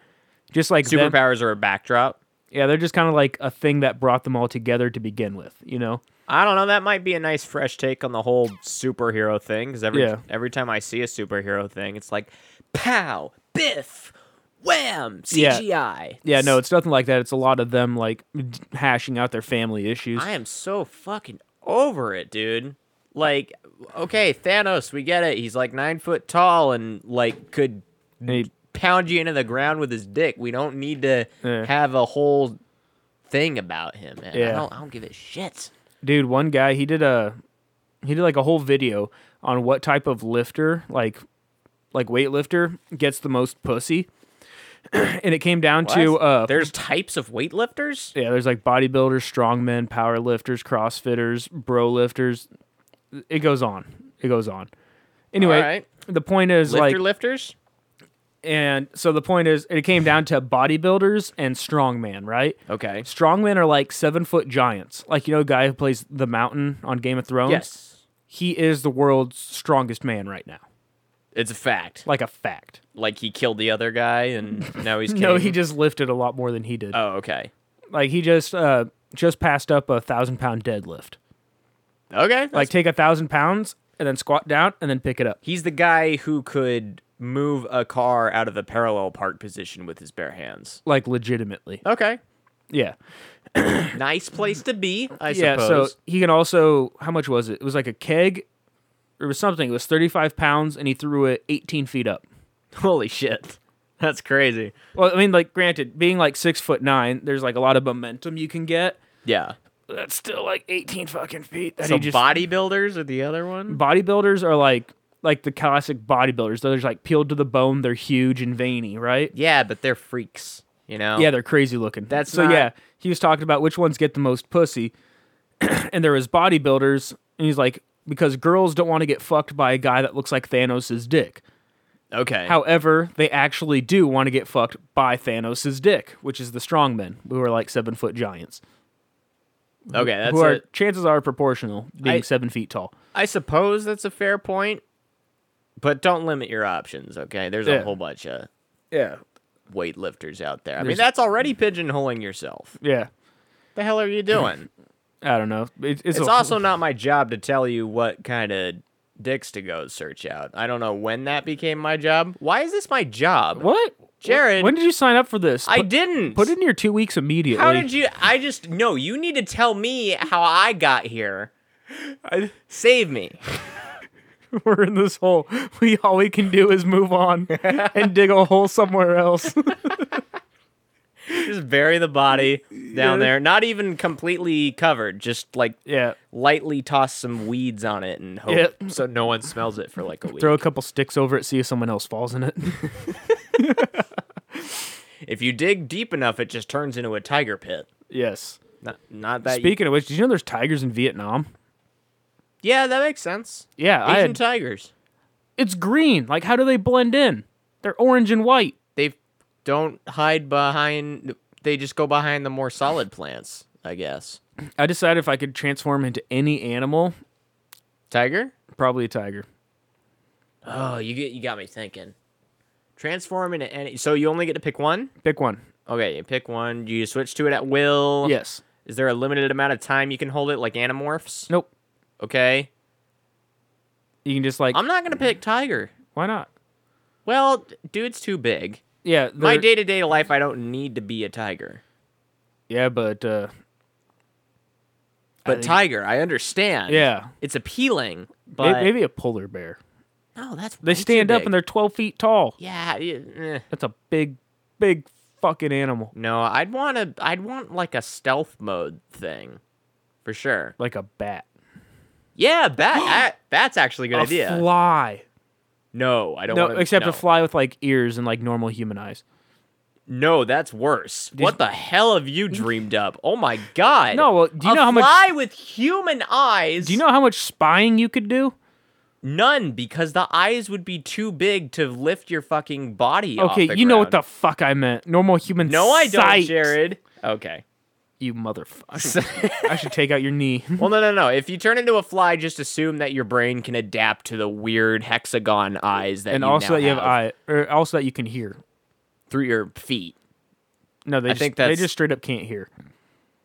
Just like them-
Superpowers are a backdrop.
Yeah, they're just kind of like a thing that brought them all together to begin with, you know?
I don't know. That might be a nice fresh take on the whole superhero thing. Because every
Yeah.
every time I see a superhero thing, it's like, pow, biff, wham,
Yeah.
CGI.
Yeah, no, it's nothing like that. It's a lot of them like d- hashing out their family issues.
I am so fucking over it, dude. Like, okay, Thanos, we get it. He's like nine foot tall and like could
And he-
pound you into the ground with his dick. We don't need to
Yeah.
have a whole thing about him. Man. I
Yeah.
don't. I don't give a shit.
dude, one guy, he did a he did like a whole video on what type of lifter, like like weightlifter gets the most pussy. and it came down to
What?
uh
There's types of weightlifters.
yeah, there's like bodybuilders, strongmen, power lifters, crossfitters, bro lifters. It goes on. It goes on. Anyway,
right.
the point is
Lifter
like
lifters.
And so the point is, it came down to bodybuilders and strongman, right?
Okay.
Strongmen are like seven foot giants. Like, you know, guy who plays the mountain on Game of Thrones?
Yes.
He is the world's strongest man right now.
It's a fact.
Like a fact.
Like he killed the other guy, and now he's king.
No, he just lifted a lot more than he did.
Oh, okay.
Like, he just, uh, just passed up a thousand pound deadlift.
Okay.
Like, take a thousand pounds and then squat down and then pick it up.
he's the guy who could move a car out of the parallel park position with his bare hands.
Like, legitimately.
Okay.
Yeah.
Nice place to be, I
yeah,
suppose.
so he can also how much was it? It was like a keg or it was something. It was thirty five pounds and he threw it eighteen feet up.
Holy shit. That's crazy.
Well, I mean, like granted, being like six foot nine, there's like a lot of momentum you can get.
Yeah.
but That's still like eighteen fucking feet. That
So
he just
bodybuilders are the other one?
bodybuilders are like like the classic bodybuilders. They're just like peeled to the bone. They're huge and veiny, right?
Yeah, but they're freaks, you know?
Yeah, they're crazy looking.
Oh. That's
so.
not-
Yeah, he was talking about which ones get the most pussy, and there was bodybuilders, and he's like, because girls don't want to get fucked by a guy that looks like Thanos' dick.
Okay.
However, they actually do want to get fucked by Thanos' dick, which is the strongmen, who are like seven foot giants,
okay, that's
who are
it.
chances are proportional being
I-
seven feet tall.
I suppose that's a fair point, but don't limit your options, okay? There's
Yeah.
a whole bunch of
Yeah,
weightlifters out there. I mean,
There's-
that's already pigeonholing yourself.
yeah.
The hell are you doing?
I don't know. It,
It's
it's a-
also not my job to tell you what kind of dicks to go search out. I don't know when that became my job. Why is this my job?
what,
Jared?
When did you sign up for this?
I
Put-
didn't.
Put in your two weeks immediately.
How did you? I just no. You need to tell me how I got here.
I,
Save me.
we're in this hole. We all we can do is move on and dig a hole somewhere else.
Just bury the body down there. Not even completely covered. Just like
yeah.
lightly toss some weeds on it and hope
Yep.
so no one smells it for like a week.
Throw a couple sticks over it, see if someone else falls in it.
if you dig deep enough, it just turns into a tiger pit.
yes.
Not, not that. you-
Speaking of which, did you know there's tigers in Vietnam?
yeah, that makes sense.
Yeah, I
Asian
had-
tigers.
It's green. Like, how do they blend in? They're orange and white.
They don't hide behind. They just go behind the more solid plants, I guess.
I decided if I could transform into any animal,
Tiger.
probably a tiger.
Oh, you get you got me thinking. Transform into any. So you only get to pick one.
Pick one.
Okay, you pick one. Do you switch to it at will?
Yes.
Is there a limited amount of time you can hold it, like animorphs?
Nope.
Okay.
You can just like.
I'm not gonna pick tiger.
why not?
Well, dude's too big.
Yeah.
My
they're-
day to day life, I don't need to be a tiger.
Yeah, but uh,
But tiger, I understand.
Yeah.
it's appealing.
may-
But
maybe a polar bear.
no, that's
They stand up and they're 12 feet tall.
yeah. y- eh.
That's a big, big fucking animal.
No, I'd want to. I'd want like a stealth mode thing, for sure.
Like a bat.
Yeah, bat. I, that's actually a good
a
idea.
fly.
no, I don't.
No,
wanna,
except
no.
a fly with like ears and like normal human eyes.
No, that's worse. what the hell have you dreamed up? Oh my god.
No, well, do you
a
know how much-
fly with human eyes?
Do you know how much spying you could do?
None, because the eyes would be too big to lift your fucking body. off
Okay,
the
you know what
ground.
the fuck I meant. Normal human
No, I don't,
sight.
Jared. Okay.
You motherfucker. I should take out your knee.
well, no, no, no. If you turn into a fly, just assume that your brain can adapt to the weird hexagon eyes that
and
you
also
now
that you have
have
eye, or also that you can hear.
through your feet.
No, they
I
just,
think
they
that's-
just straight up can't hear.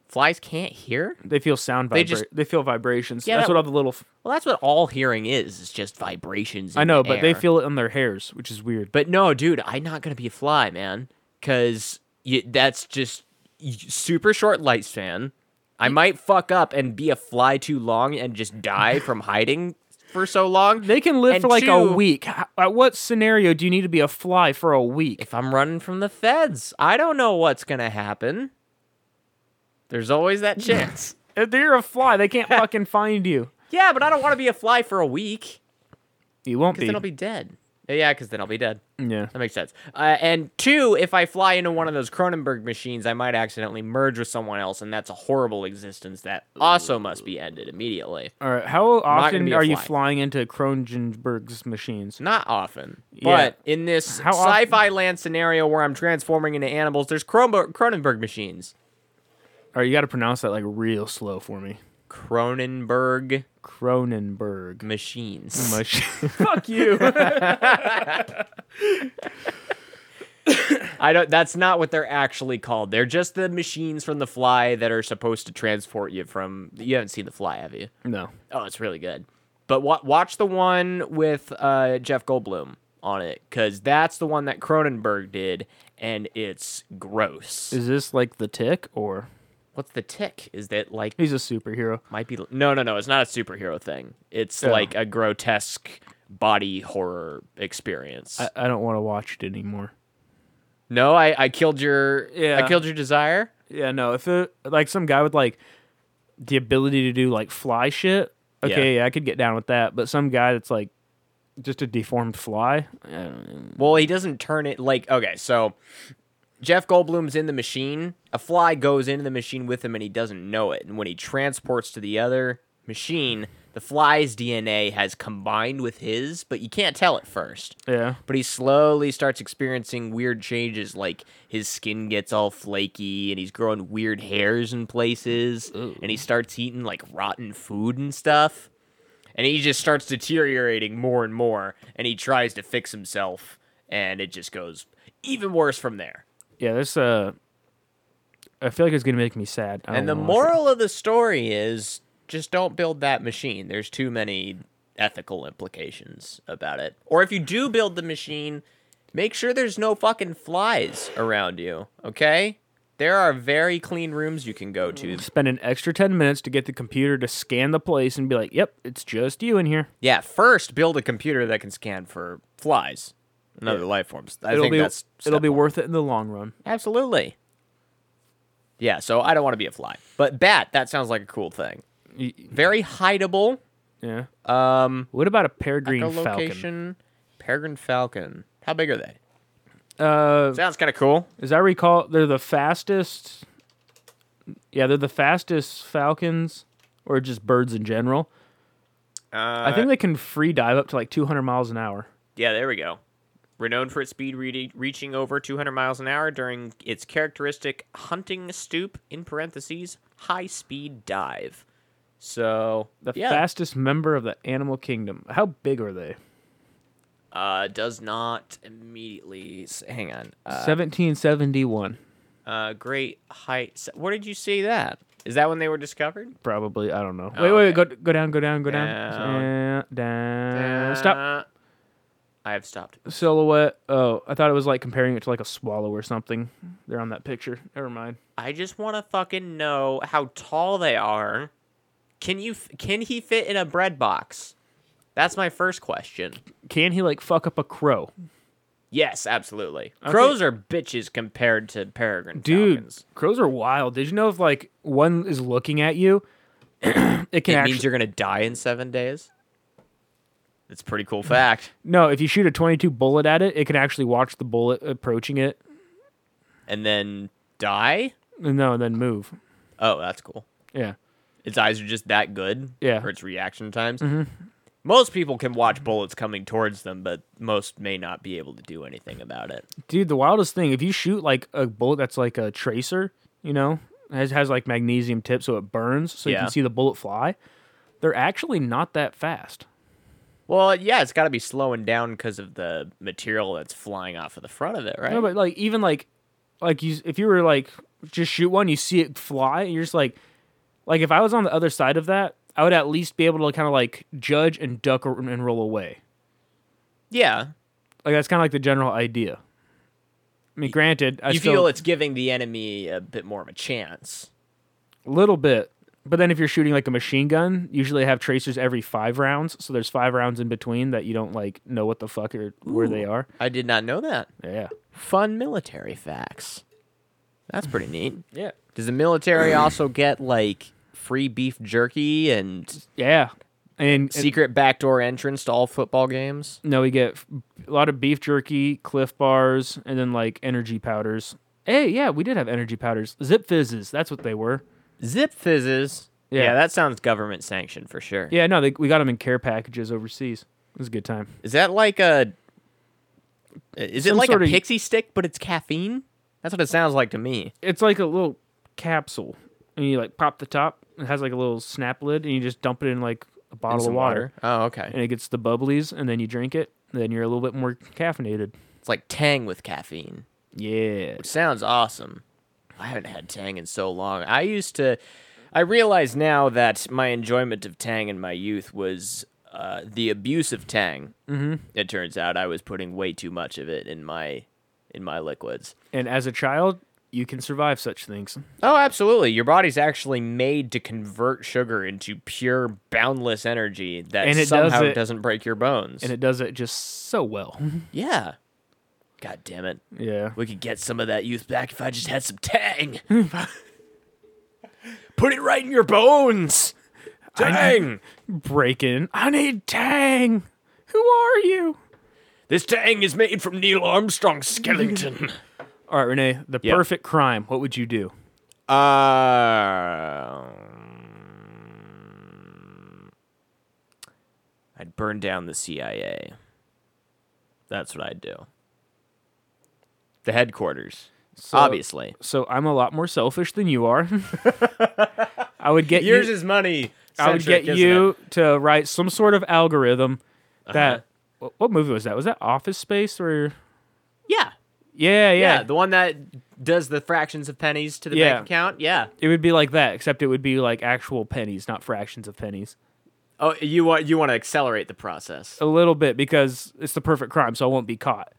Flies can't hear.
They feel sound
They
vibra-
just-
they feel vibrations.
Yeah,
that's
that-
what all the little. f-
Well, that's what all hearing is. It's just vibrations. In
I know,
the
but they
air.
feel it on their hairs, which is weird.
But no, dude, I'm not gonna be a fly, man. Cause you, that's just y- super short lifespan. I might fuck up and be a fly too long and just die from hiding for so long.
They can live
And
for like
two-
a week. H- At what scenario do you need to be a fly for a week?
If I'm running from the feds, I don't know what's gonna happen. There's always that chance.
If you're a fly, they can't fucking find you.
yeah, but I don't want to be a fly for a week
You won't
because
be.
then I'll be dead. Yeah, because then I'll be dead.
yeah.
That makes sense. Uh, and two, if I fly into one of those Cronenberg machines, I might accidentally merge with someone else, and that's a horrible existence that also must be ended immediately.
All right.
gonna
How often
be a
are you
fly.
flying into Kronenberg's machines?
Not often,
Yeah.
but in this
How often-
sci-fi land scenario where I'm transforming into animals, there's Cronenberg, Cronenberg machines.
All right, you got to pronounce that like real slow for me.
Cronenberg
Cronenberg.
machines.
Mush. Fuck you.
I don't. That's not what they're actually called. They're just the machines from The Fly that are supposed to transport you from. You haven't seen The Fly, have you?
no.
Oh, it's really good. But wa- watch the one with uh, Jeff Goldblum on it, because that's the one that Cronenberg did, and it's gross.
Is this like the tick or
What's the tick? Is that like
he's a superhero?
might be? No, no, no. It's not a superhero thing. It's
Oh.
like a grotesque body horror experience.
I, I don't want to watch it anymore.
no, I, I killed your I
Yeah.
killed your desire.
Yeah, no. If it, like some guy with like the ability to do like fly shit, okay, yeah. I could get down with that. But some guy that's like just a deformed fly,
Well, he doesn't turn it like okay, so Jeff Goldblum's in the machine. A fly goes into the machine with him and he doesn't know it. And when he transports to the other machine, the fly's DNA has combined with his, but you can't tell at first.
yeah,
But he slowly starts experiencing weird changes like his skin gets all flaky and he's growing weird hairs in places and he starts eating like rotten food and stuff. And he just starts deteriorating more and more and he tries to fix himself and it just goes even worse from there.
yeah. This uh, I feel like it's gonna make me sad. I
And the
don't wanna watch it.
moral of the story is just don't build that machine. There's too many ethical implications about it. Or if you do build the machine, make sure there's no fucking flies around you, okay? There are very clean rooms you can go to.
Spend an extra 10 minutes to get the computer to scan the place and be like, yep, it's just you in here.
Yeah, first build a computer that can scan for flies and other life forms. I
it'll
think
be,
that's
it'll
step
be
one.
worth it in the long run.
Absolutely. Yeah, so I don't want to be a fly, but bat. That sounds like a cool thing.
Y-
Very hideable.
Yeah.
Um,
What about a peregrine falcon?
location. Peregrine falcon. How big are they?
Uh,
Sounds kind of cool.
as I recall, they're the fastest. Yeah, they're the fastest falcons, or just birds in general.
Uh,
I think they can free dive up to like 200 miles an hour.
Yeah, there we go. Renowned for its speed re- reaching over 200 miles an hour during its characteristic hunting stoop in parentheses high speed dive. So
The
yeah,
fastest member of the animal kingdom. How big are they?
uh, does not immediately s- hang on. Uh,
1771,
uh, great height. s- Where did you see that? Is that when they were discovered?
probably. I don't know.
Oh,
wait, wait,
okay.
go go down, go down, go down.
Down.
Yeah, down. Stop.
Uh, I have stopped.
Silhouette. Oh, I thought it was like comparing it to like a swallow or something. They're on that picture. Never mind.
I just want to fucking know how tall they are. Can you f- can he fit in a bread box? That's my first question.
Can he like fuck up a crow?
Yes, absolutely. Crows are bitches compared to peregrine
Dude,
falcons.
crows are wild. Did you know if like one is looking at you, it can
It
actually
means you're gonna die in seven days. That's a pretty cool fact.
no. If you shoot a twenty-two bullet at it, it can actually watch the bullet approaching it,
And then die?
no, and then move.
Oh, that's cool.
Yeah,
Its eyes are just that good.
Yeah. Mm-hmm.
For its reaction times. Most people can watch bullets coming towards them, but most may not be able to do anything about it.
dude. The wildest thing if you shoot like a bullet that's like a tracer, you know, has has like magnesium tip, so it burns, so you
Yeah.
can see the bullet fly. They're actually not that fast.
Well, yeah, it's got to be slowing down because of the material that's flying off of the front of it, right?
No, but like even like like you if you were like just shoot one, you see it fly, and you're just like like if I was on the other side of that, I would at least be able to kind of like judge and duck or, and roll away.
yeah,
Like that's kind of like the general idea. I mean, granted, I
you
still,
feel it's giving the enemy a bit more of a chance.
little bit, but then if you're shooting like a machine gun, usually have tracers every five rounds, so there's five rounds in between that you don't like know what the fuck or where they are.
I did not know that.
Yeah,
Fun military facts. That's pretty neat.
yeah,
Does the military also get like free beef jerky and
yeah. And
secret backdoor entrance to all football games?
No, we get f- a lot of beef jerky, Cliff bars, and then like energy powders. Hey, yeah, we did have energy powders. Zip fizzes, that's what they were.
Zip fizzes. Yeah,
Yeah.
that sounds government sanctioned for sure.
Yeah, no, they, we got them in care packages overseas. It was a good time.
Is that like a? Is it
Some
like a
sort of-
pixie stick, but it's caffeine? That's what it sounds like to me.
It's like a little capsule, and you like pop the top. It has like a little snap lid, and you just dump it in like a bottle of
some
water,
Oh, okay.
and it gets the bubblies, and then you drink it. And then you're a little bit more caffeinated.
It's like Tang with caffeine.
Yeah,
Sounds awesome. I haven't had Tang in so long. I used to. I realize now that my enjoyment of Tang in my youth was uh, the abuse of Tang. Mm-hmm. It turns out I was putting way too much of it in my in my liquids.
and as a child, you can survive such things.
Oh, absolutely. Your body's actually made to convert sugar into pure, boundless energy that
And it
somehow
does it-
doesn't break your bones.
And it does it just so well.
yeah. God damn it.
Yeah.
We could get some of that youth back if I just had some tang. Put it right in your bones. Tang.
breaking. I need Tang. Who are you?
This tang is made from Neil Armstrong's skeleton.
All right, Renee. The
Yeah.
perfect crime. What would you do?
Uh, Um, I'd burn down the CIA. That's what I'd do. The headquarters, obviously.
So I'm a lot more selfish than you are. I would get
Yours
you.
is money.
I would get
centric, isn't
you
it? Uh-huh.
to write some sort of algorithm that. wh- What movie was that? Was that Office Space or?
Yeah,
Yeah, yeah.
yeah, the one that does the fractions of pennies to the
Yeah.
bank account. Yeah.
it would be like that, except it would be like actual pennies, not fractions of pennies.
Oh, you want you want to accelerate the process?
Oh. a little bit because it's the perfect crime, so I won't be caught.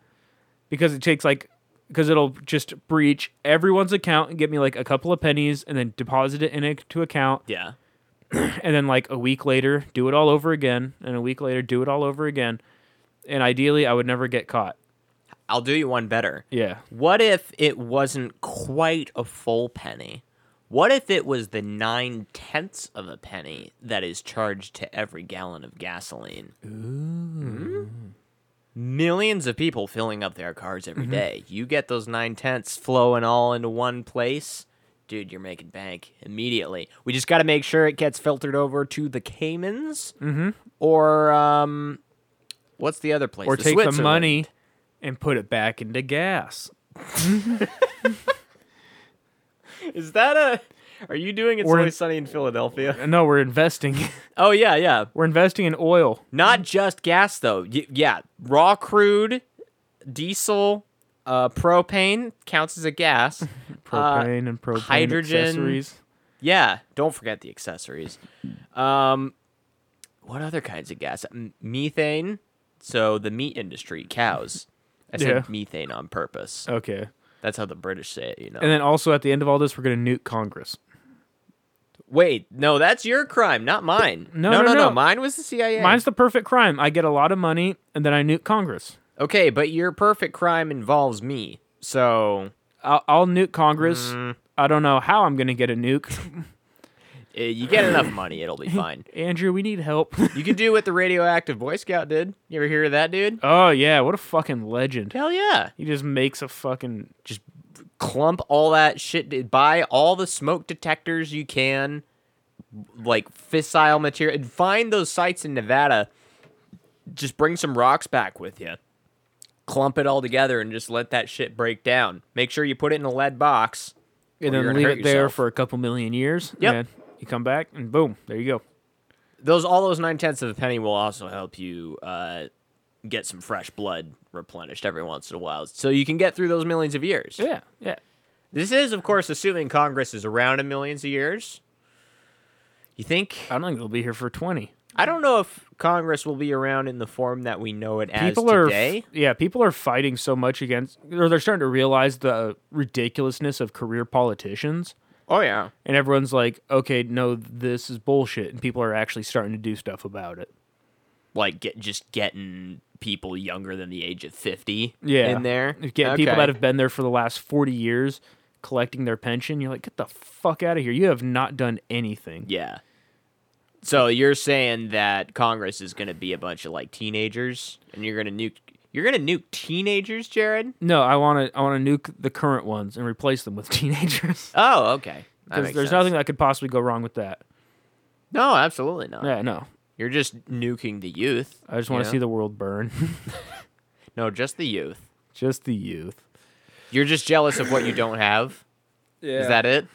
Because it takes like because it'll just breach everyone's account and get me like a couple of pennies and then deposit it in a- to account
Yeah.
and then like a week later do it all over again and a week later do it all over again and ideally i would never get caught
I'll do you one better.
yeah
What if it wasn't quite a full penny? What if it was the nine tenths of a penny that is charged to every gallon of gasoline? Ooh. Millions of people filling up their cars every
Mm-hmm.
day. You get those nine tenths flowing all into one place. Dude, you're making bank immediately. We just got to make sure it gets filtered over to the Caymans
Mm-hmm.
or um, what's the other place?
or
The
take the
Switzerland.
money and put it back into gas
Is that a? Are you doing it's
Or-
always sunny in Philadelphia?
no we're investing
Oh yeah, yeah.
we're investing in oil
Not just gas though. Y- yeah, raw crude, diesel, uh, propane counts as a gas.
propane and propane
Uh, hydrogen.
accessories
yeah, don't forget the accessories. Um, what other kinds of gas? M- methane. So the meat industry, cows. I said
Yeah.
methane on purpose.
okay
That's how the British say it, you know.
and then also at the end of all this we're going to nuke congress
Wait, no, that's your crime, not mine.
No,
no,
no, no.
Mine was the CIA.
mine's the perfect crime i get a lot of money and then i nuke congress
Okay, but your perfect crime involves me. So
I'll, I'll nuke Congress.
Mm.
I don't know how I'm gonna get a nuke.
uh, you get enough money, it'll be fine.
Andrew, we need help.
You can do what the radioactive Boy Scout did. You ever hear of that dude?
oh yeah, what a fucking legend.
Hell yeah.
He just makes a fucking
Just clump all that shit. Buy all the smoke detectors you can, like fissile material. And find those sites in Nevada. Just bring some rocks back with you. Clump it all together and just let that shit break down. Make sure you put it in a lead box.
and
you're
then
gonna
leave it
hurt
there
yourself.
for a couple million years.
Yep.
and you come back and boom, there you go.
those all those nine tenths of a penny will also help you uh, get some fresh blood replenished every once in a while, so you can get through those millions of years.
Yeah, yeah.
This is, of course, assuming Congress is around in millions of years. You think?
I don't think they'll be here for twenty.
I don't know if Congress will be around in the form that we know it as
People are
today.
yeah, people are fighting so much against, or they're starting to realize the ridiculousness of career politicians,
oh yeah,
and everyone's like, okay, no, this is bullshit, and people are actually starting to do stuff about it.
like get just getting people younger than the age of fifty.
yeah.
in there,
Get people
Okay.
that have been there for the last 40 years collecting their pension. You're like, get the fuck out of here. You have not done anything.
Yeah. So you're saying that Congress is going to be a bunch of like teenagers, and you're going to nuke you're going to nuke teenagers, Jared?
No, I want to I want to nuke the current ones and replace them with teenagers.
Oh, okay. That
Because
makes
there's
sense.
nothing that could possibly go wrong with that.
No, absolutely not.
Yeah, no.
You're just nuking the youth.
I just
you
want to
know?
see the world burn.
No, just the youth.
just the youth.
You're just jealous of what you don't have.
Yeah.
Is that it?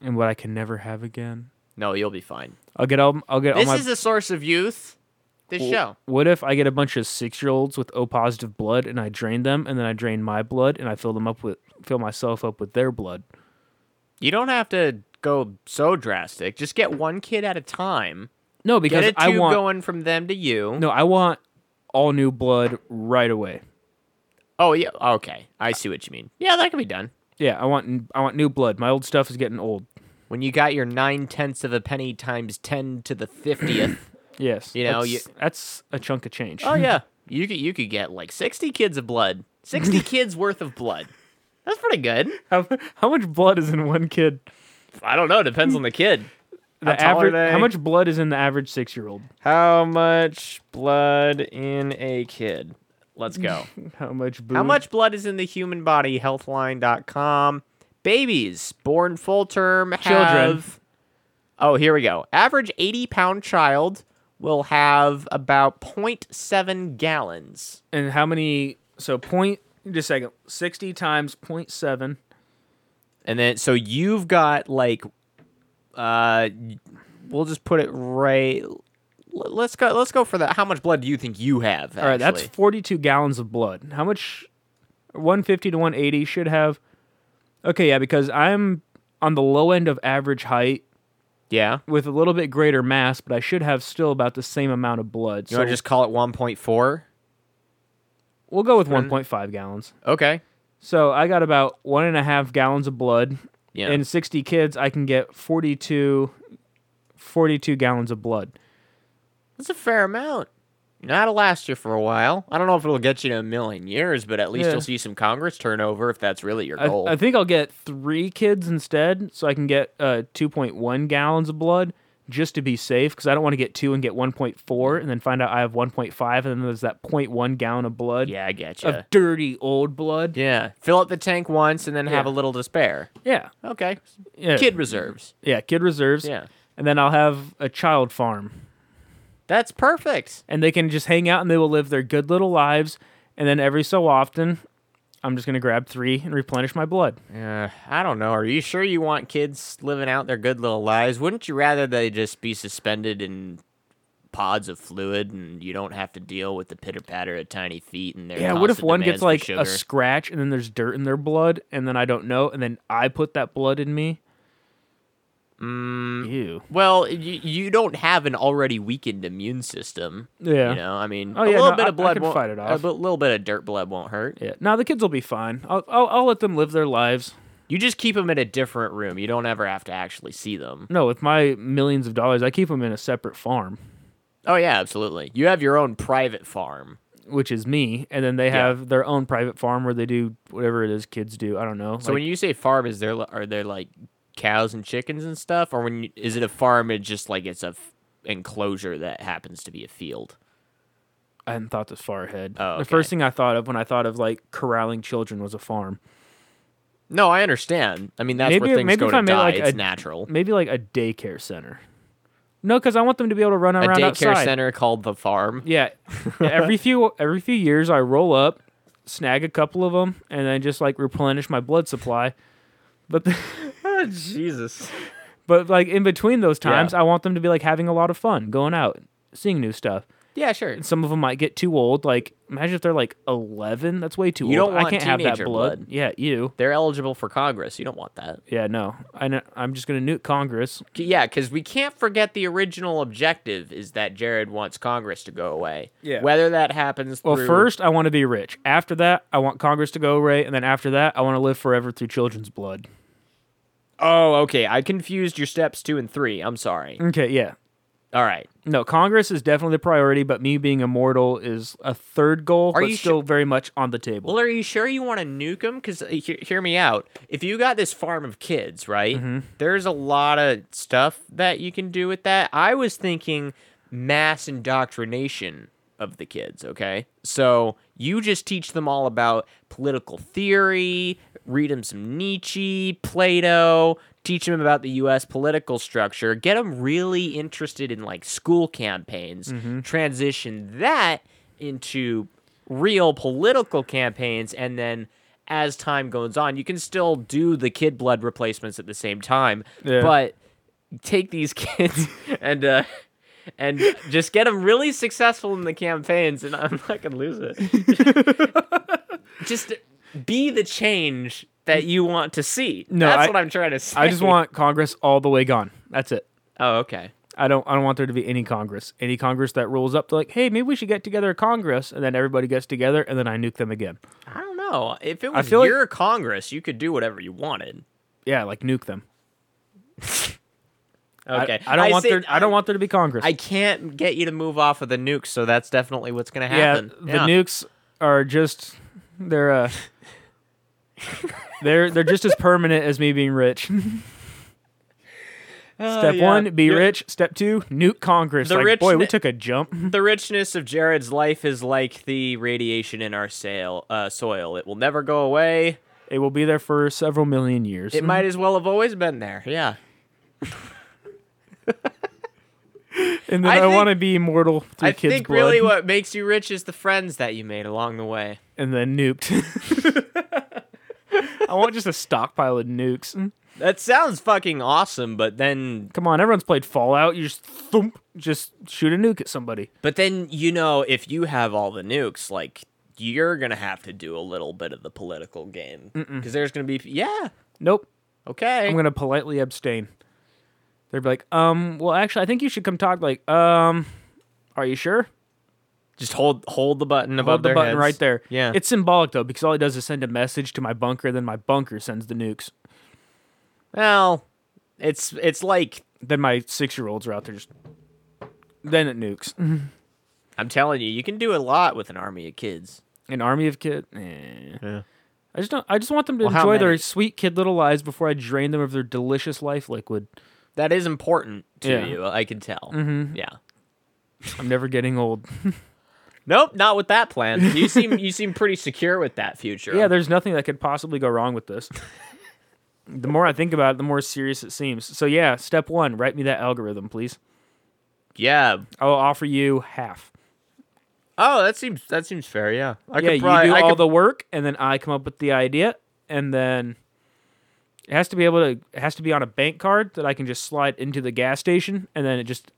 and what I can never have again.
No, you'll be fine.
I'll get all I'll get
This
all my
is a source of youth. This show.
What if I get a bunch of 6-year-olds with O positive blood and I drain them and then I drain my blood and I fill them up with fill myself up with their blood?
You don't have to go so drastic. Just get one kid at a time.
No,
Get
because
a tube
I want
going from them to you.
No, I want all new blood right away.
Oh yeah. Okay. I see what you mean. Yeah, that can be done.
Yeah, I want I want new blood. My old stuff is getting old.
When you got your nine tenths of a penny times ten to the fiftieth.
Yes,
You know,
that's,
you-
that's a chunk of change.
oh yeah. You could you could get like sixty kids of blood. Sixty kids worth of blood. That's pretty good.
How, how much blood is in one kid?
I don't know. Depends on the kid.
The
tall are
average.
they?
How much blood is in the average six-year-old?
How much blood in a kid? Let's go.
How much? Boob?
How much blood is in the human body? Healthline.com. Babies born full term
Children.
have- Oh, here we go. Average 80 pound child will have about 0.7 gallons.
And how many? So point. Just a second. Sixty times point seven.
And then, so you've got like, uh, we'll just put it right. l- Let's go. Let's go for that. How much blood do you think you have?
All right, that's
actually?
forty-two gallons of blood. How much? One fifty to one eighty should have. Okay, yeah, because I'm on the low end of average height.
yeah.
with a little bit greater mass, but I should have still about the same amount of blood.
You
so
want to just call it 1.4?
we'll go with 1.5 gallons.
Okay.
So I got about one and a half gallons of blood.
Yeah.
And 60 kids, I can get 42, 42 gallons of blood.
That's a fair amount. That'll last you for a while. I don't know if it'll get you to a million years, but at least
Yeah.
you'll see some Congress turnover if that's really your
I,
goal.
I think I'll get three kids instead, so I can get uh, 2.1 gallons of blood just to be safe, because I don't want to get two and get 1.4 and then find out I have 1.5, and then there's that 0.1 gallon of blood
yeah, I get you.
of dirty old blood.
yeah, fill up the tank once and then have a
Yeah.
little to spare.
Yeah.
Okay,
Yeah.
kid reserves.
Yeah, kid reserves.
Yeah.
And then I'll have a child farm.
That's perfect.
And they can just hang out and they will live their good little lives. And then every so often, I'm just going to grab three and replenish my blood.
Uh, I don't know. Are you sure you want kids living out their good little lives? Wouldn't you rather they just be suspended in pods of fluid and you don't have to deal with the pitter patter of tiny feet and their
Yeah, what if
constant
one
demands
gets
for
like
sugar?
a scratch and then there's dirt in their blood and then I don't know and then I put that blood in me? Mm. Ew.
Well, you, you don't have an already weakened immune system.
Yeah.
You know, I mean,
Oh,
a
yeah,
little
no,
bit
I-
of blood
I can
won't,
fight it
a
off.
bu- little bit of dirt blood won't hurt.
Yeah. No, the kids will be fine. I'll, I'll, I'll let them live their lives.
You just keep them in a different room. You don't ever have to actually see them.
No, with my millions of dollars, I keep them in a separate farm,
Oh yeah, absolutely. You have your own private farm.
which is me. And then they have their own private farm where they do whatever it is kids do. I don't know.
So when you say farm, is there li- are there like cows and chickens and stuff, or when you, is it a farm? It's just like it's a f- enclosure that happens to be a field.
I hadn't thought this far ahead.
Oh,
The
okay.
first thing I thought of when I thought of like corralling children was a farm.
No, I understand. I mean, that's
Maybe-
where things
maybe
go
if
to
I made,
die.
like,
it's
a-
natural.
Maybe like a daycare center. No, because I want them to be able to run
A
around
daycare
outside.
center called the farm.
Yeah. Yeah, every few every few years, I roll up, snag a couple of them, and then just like replenish my blood supply. But the,
Oh, Jesus.
but like in between those
Yeah.
times, I want them to be like having a lot of fun, going out, seeing new stuff.
Yeah, sure.
Some of them might get too old. Like imagine if they're like eleven. That's way too
You
old.
don't
I
want
can't have that
teenager blood.
Yeah, you.
They're eligible for Congress. You don't want that.
Yeah, no. I know, I'm just gonna nuke Congress.
C- Yeah, because we can't forget the original objective is that Jared wants Congress to go away.
Yeah.
Whether that happens
Well,
through-
first I want to be rich. After that, I want Congress to go away, and then after that, I want to live forever through children's blood.
Oh, okay. I confused your steps two and three. I'm sorry.
Okay, yeah.
All right.
No, Congress is definitely the priority, but me being immortal is a third goal,
Are
but
you
still very much on the table.
Well, are you sure you want to nuke them? Because hear, hear me out. If you got this farm of kids, right? There's a lot of stuff that you can do with that. I was thinking mass indoctrination of the kids, okay? So you just teach them all about political theory, read them some Nietzsche, Plato, teach them about the US political structure, get them really interested in like school campaigns, transition that into real political campaigns and then as time goes on you can still do the kid blood replacements at the same time
Yeah.
but take these kids and uh and just get them really successful in the campaigns and i'm not gonna lose it just be the change that you want to see
No,
that's
I-
what i'm trying to say
I just want Congress all the way gone. That's it.
oh okay
I don't I don't want there to be any Congress. Any Congress that rolls up to like, hey, maybe we should get together a Congress, and then everybody gets together and then I nuke them again.
i don't know if it was
feel like-
your congress you could do whatever you wanted
Yeah, like nuke them. I-
okay
I, don't want
say-
there I don't want there to be Congress.
I can't get you to move off of the nukes, so that's definitely what's going to
yeah,
happen.
the nukes are just they're uh they're they're just as permanent as me being rich.
Oh,
Step one, be rich. Step two, nuke Congress.
The
like,
rich
boy, we
ni-
took a jump.
The richness of Jared's life is like the radiation in our sail, uh, soil. It will never go away.
It will be there for several million years.
It might as well have always been there. Yeah.
and then
I
I,
think-
want to be immortal through
I
kids'
think
blood,
really what makes you rich is the friends that you made along the way.
and then nuked. I want just a stockpile of nukes.
That sounds fucking awesome, but then
Come on, everyone's played Fallout. You just thump, just shoot a nuke at somebody.
but then you know if you have all the nukes like you're going to have to do a little bit of the political game because there's going to be yeah,
Nope.
okay.
I'm gonna politely abstain. They'd be like, um, well, actually, I think you should come talk. Like, um, are you sure?
Just hold hold the button above
Hold the
their
button
heads.
right there.
Yeah.
It's symbolic though, because all he does is send a message to my bunker, then my bunker sends the nukes.
well, it's it's like
Then my six year olds are out there just then it nukes.
Mm-hmm. I'm telling you, you can do a lot with an army of kids.
An army of kids.
Yeah.
I just don't I just want them to
Well, how
enjoy their
many?
sweet kid little lives before I drain them of their delicious life liquid.
That is important to
Yeah.
you. I can tell. Mm-hmm. Yeah.
I'm never getting old.
Nope, not with that plan. You seem you seem pretty secure with that future.
Yeah, there's nothing that could possibly go wrong with this. the more I think about it, the more serious it seems. So yeah, step one, write me that algorithm, please.
yeah.
I will offer you half.
Oh, that seems that seems fair. Yeah. I
yeah,
could probably,
you do
I
all
could,
the work, and then I come up with the idea, and then it has to be able to. It has to be on a bank card that I can just slide into the gas station, and then it just.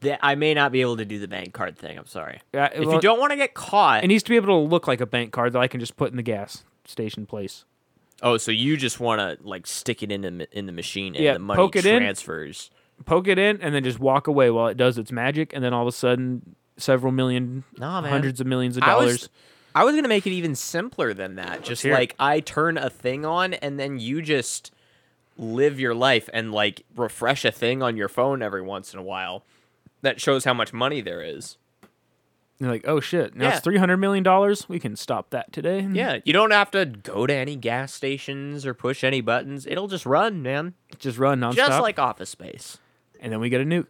the. I may not be able to do the bank card thing. I'm sorry.
Uh,
if you don't want to get caught.
it needs to be able to look like a bank card that I can just put in the gas station place.
oh, so you just want to like stick it in the ma- in the machine and
Yeah,
the money
poke it in.
transfers.
Poke it in, and then just walk away while it does its magic, and then all of a sudden, several million,
Nah, man.
hundreds of millions of
I
dollars.
was I was gonna make it even simpler than that. Just
hear it.
like I turn a thing on and then you just live your life and like refresh a thing on your phone every once in a while that shows how much money there is.
And You're like, oh shit, now
Yeah.
it's three hundred million dollars. We can stop that today.
Yeah, you don't have to go to any gas stations or push any buttons. It'll just run, man.
just run nonstop.
Just like Office Space.
and then we get a nuke.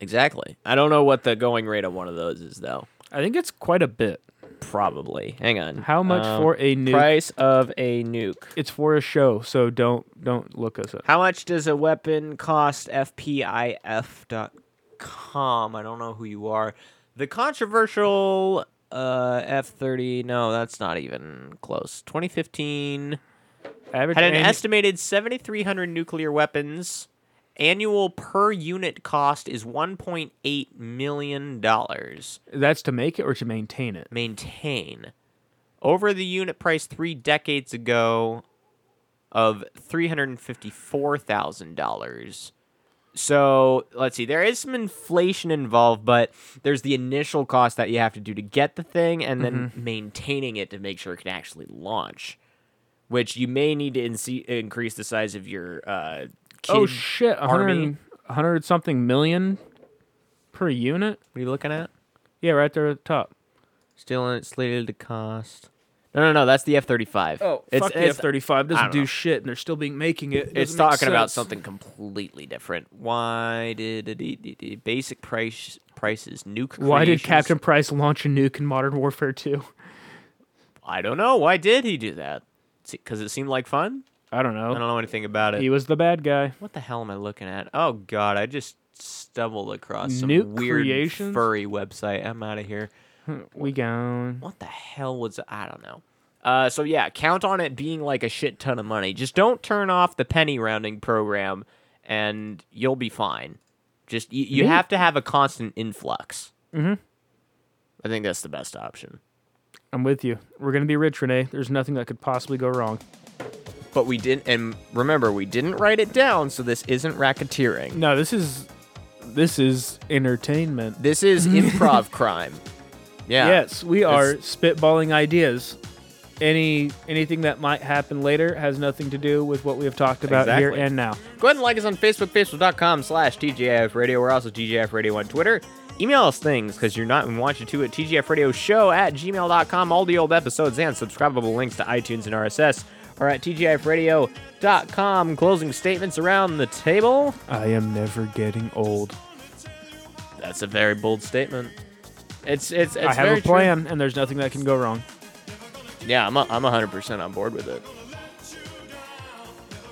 Exactly. I don't know what the going rate of one of those is though.
I think it's quite a bit.
Probably. Hang on. Um,
How much for a nuke?
Price of a nuke.
It's for a show, so don't don't look us up.
How much does a weapon cost? FPIF.com. I don't know who you are. The controversial uh, F30. No, that's not even close. 2015
Average
had an
annu-
estimated 7,300 nuclear weapons. Annual per unit cost is 1.8 million dollars.
That's to make it or to maintain it.
Maintain over the unit price three decades ago of three hundred and fifty-four thousand dollars. So let's see. There is some inflation involved, but there's the initial cost that you have to do to get the thing, and then
Mm-hmm.
maintaining it to make sure it can actually launch. Which you may need to inse- increase the size of your uh, kid
oh shit, a hundred
army.
and- a hundred something million per unit.
What are you looking at?
Yeah, right there at the top.
Still in- slated to cost. No, no, no. That's the F thirty five.
Oh, fuck the F thirty five
I
doesn't
don't
do
know.
shit, and they're still being making it.
it's
Doesn't make
talking about
sense.
something completely different. Why did it, it, it- it- basic price prices nuke?
Why did
creations-
Captain Price launch a nuke in Modern Warfare two?
I don't know. Why did he do that? Because it seemed like fun.
I don't
I
know.
don't know anything about it.
He was the bad guy.
what the hell am I looking at? Oh God, I just stumbled across some
Nuke
weird
creations?
furry website. I'm out of here.
We gone.
What the hell was I don't know. Uh, so yeah, count on it being like a shit ton of money. Just don't turn off the penny rounding program, and you'll be fine. Just you, you
Neat.
have to have a constant influx. Mm-hmm. I think that's the best option.
I'm with you. We're gonna be rich, Renee. There's nothing that could possibly go wrong.
But we didn't, and remember, we didn't write it down, so this isn't racketeering.
No, this is this is entertainment.
This is improv crime. Yeah.
Yes, we are
It's-
spitballing ideas. Any anything that might happen later has nothing to do with what we have talked about
Exactly.
here and now.
Go ahead and like us on Facebook, facebook.com slash TGIF Radio. We're also TGIF Radio on Twitter. Email us things because you're not and we want you to at TGF Radio Show at gmail.com. All the old episodes and subscribable links to iTunes and RSS are at TGIFradio.com. Closing statements around the table.
I am never getting old.
That's a very bold statement. It's it's, it's
I have
very
a plan, and there's nothing that can go wrong.
True. Yeah, I'm a, I'm 100% on board with it.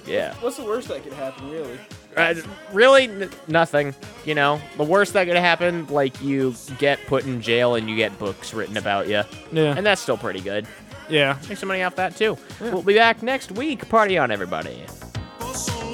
Yeah.
What's the worst that could happen, really?
Uh, really, n- nothing. You know, the worst that could happen, like you get put in jail and you get books written about you,
Yeah,
and that's still pretty good.
yeah.
Make some money off that too. We'll be back next week. Party on, everybody.
Posso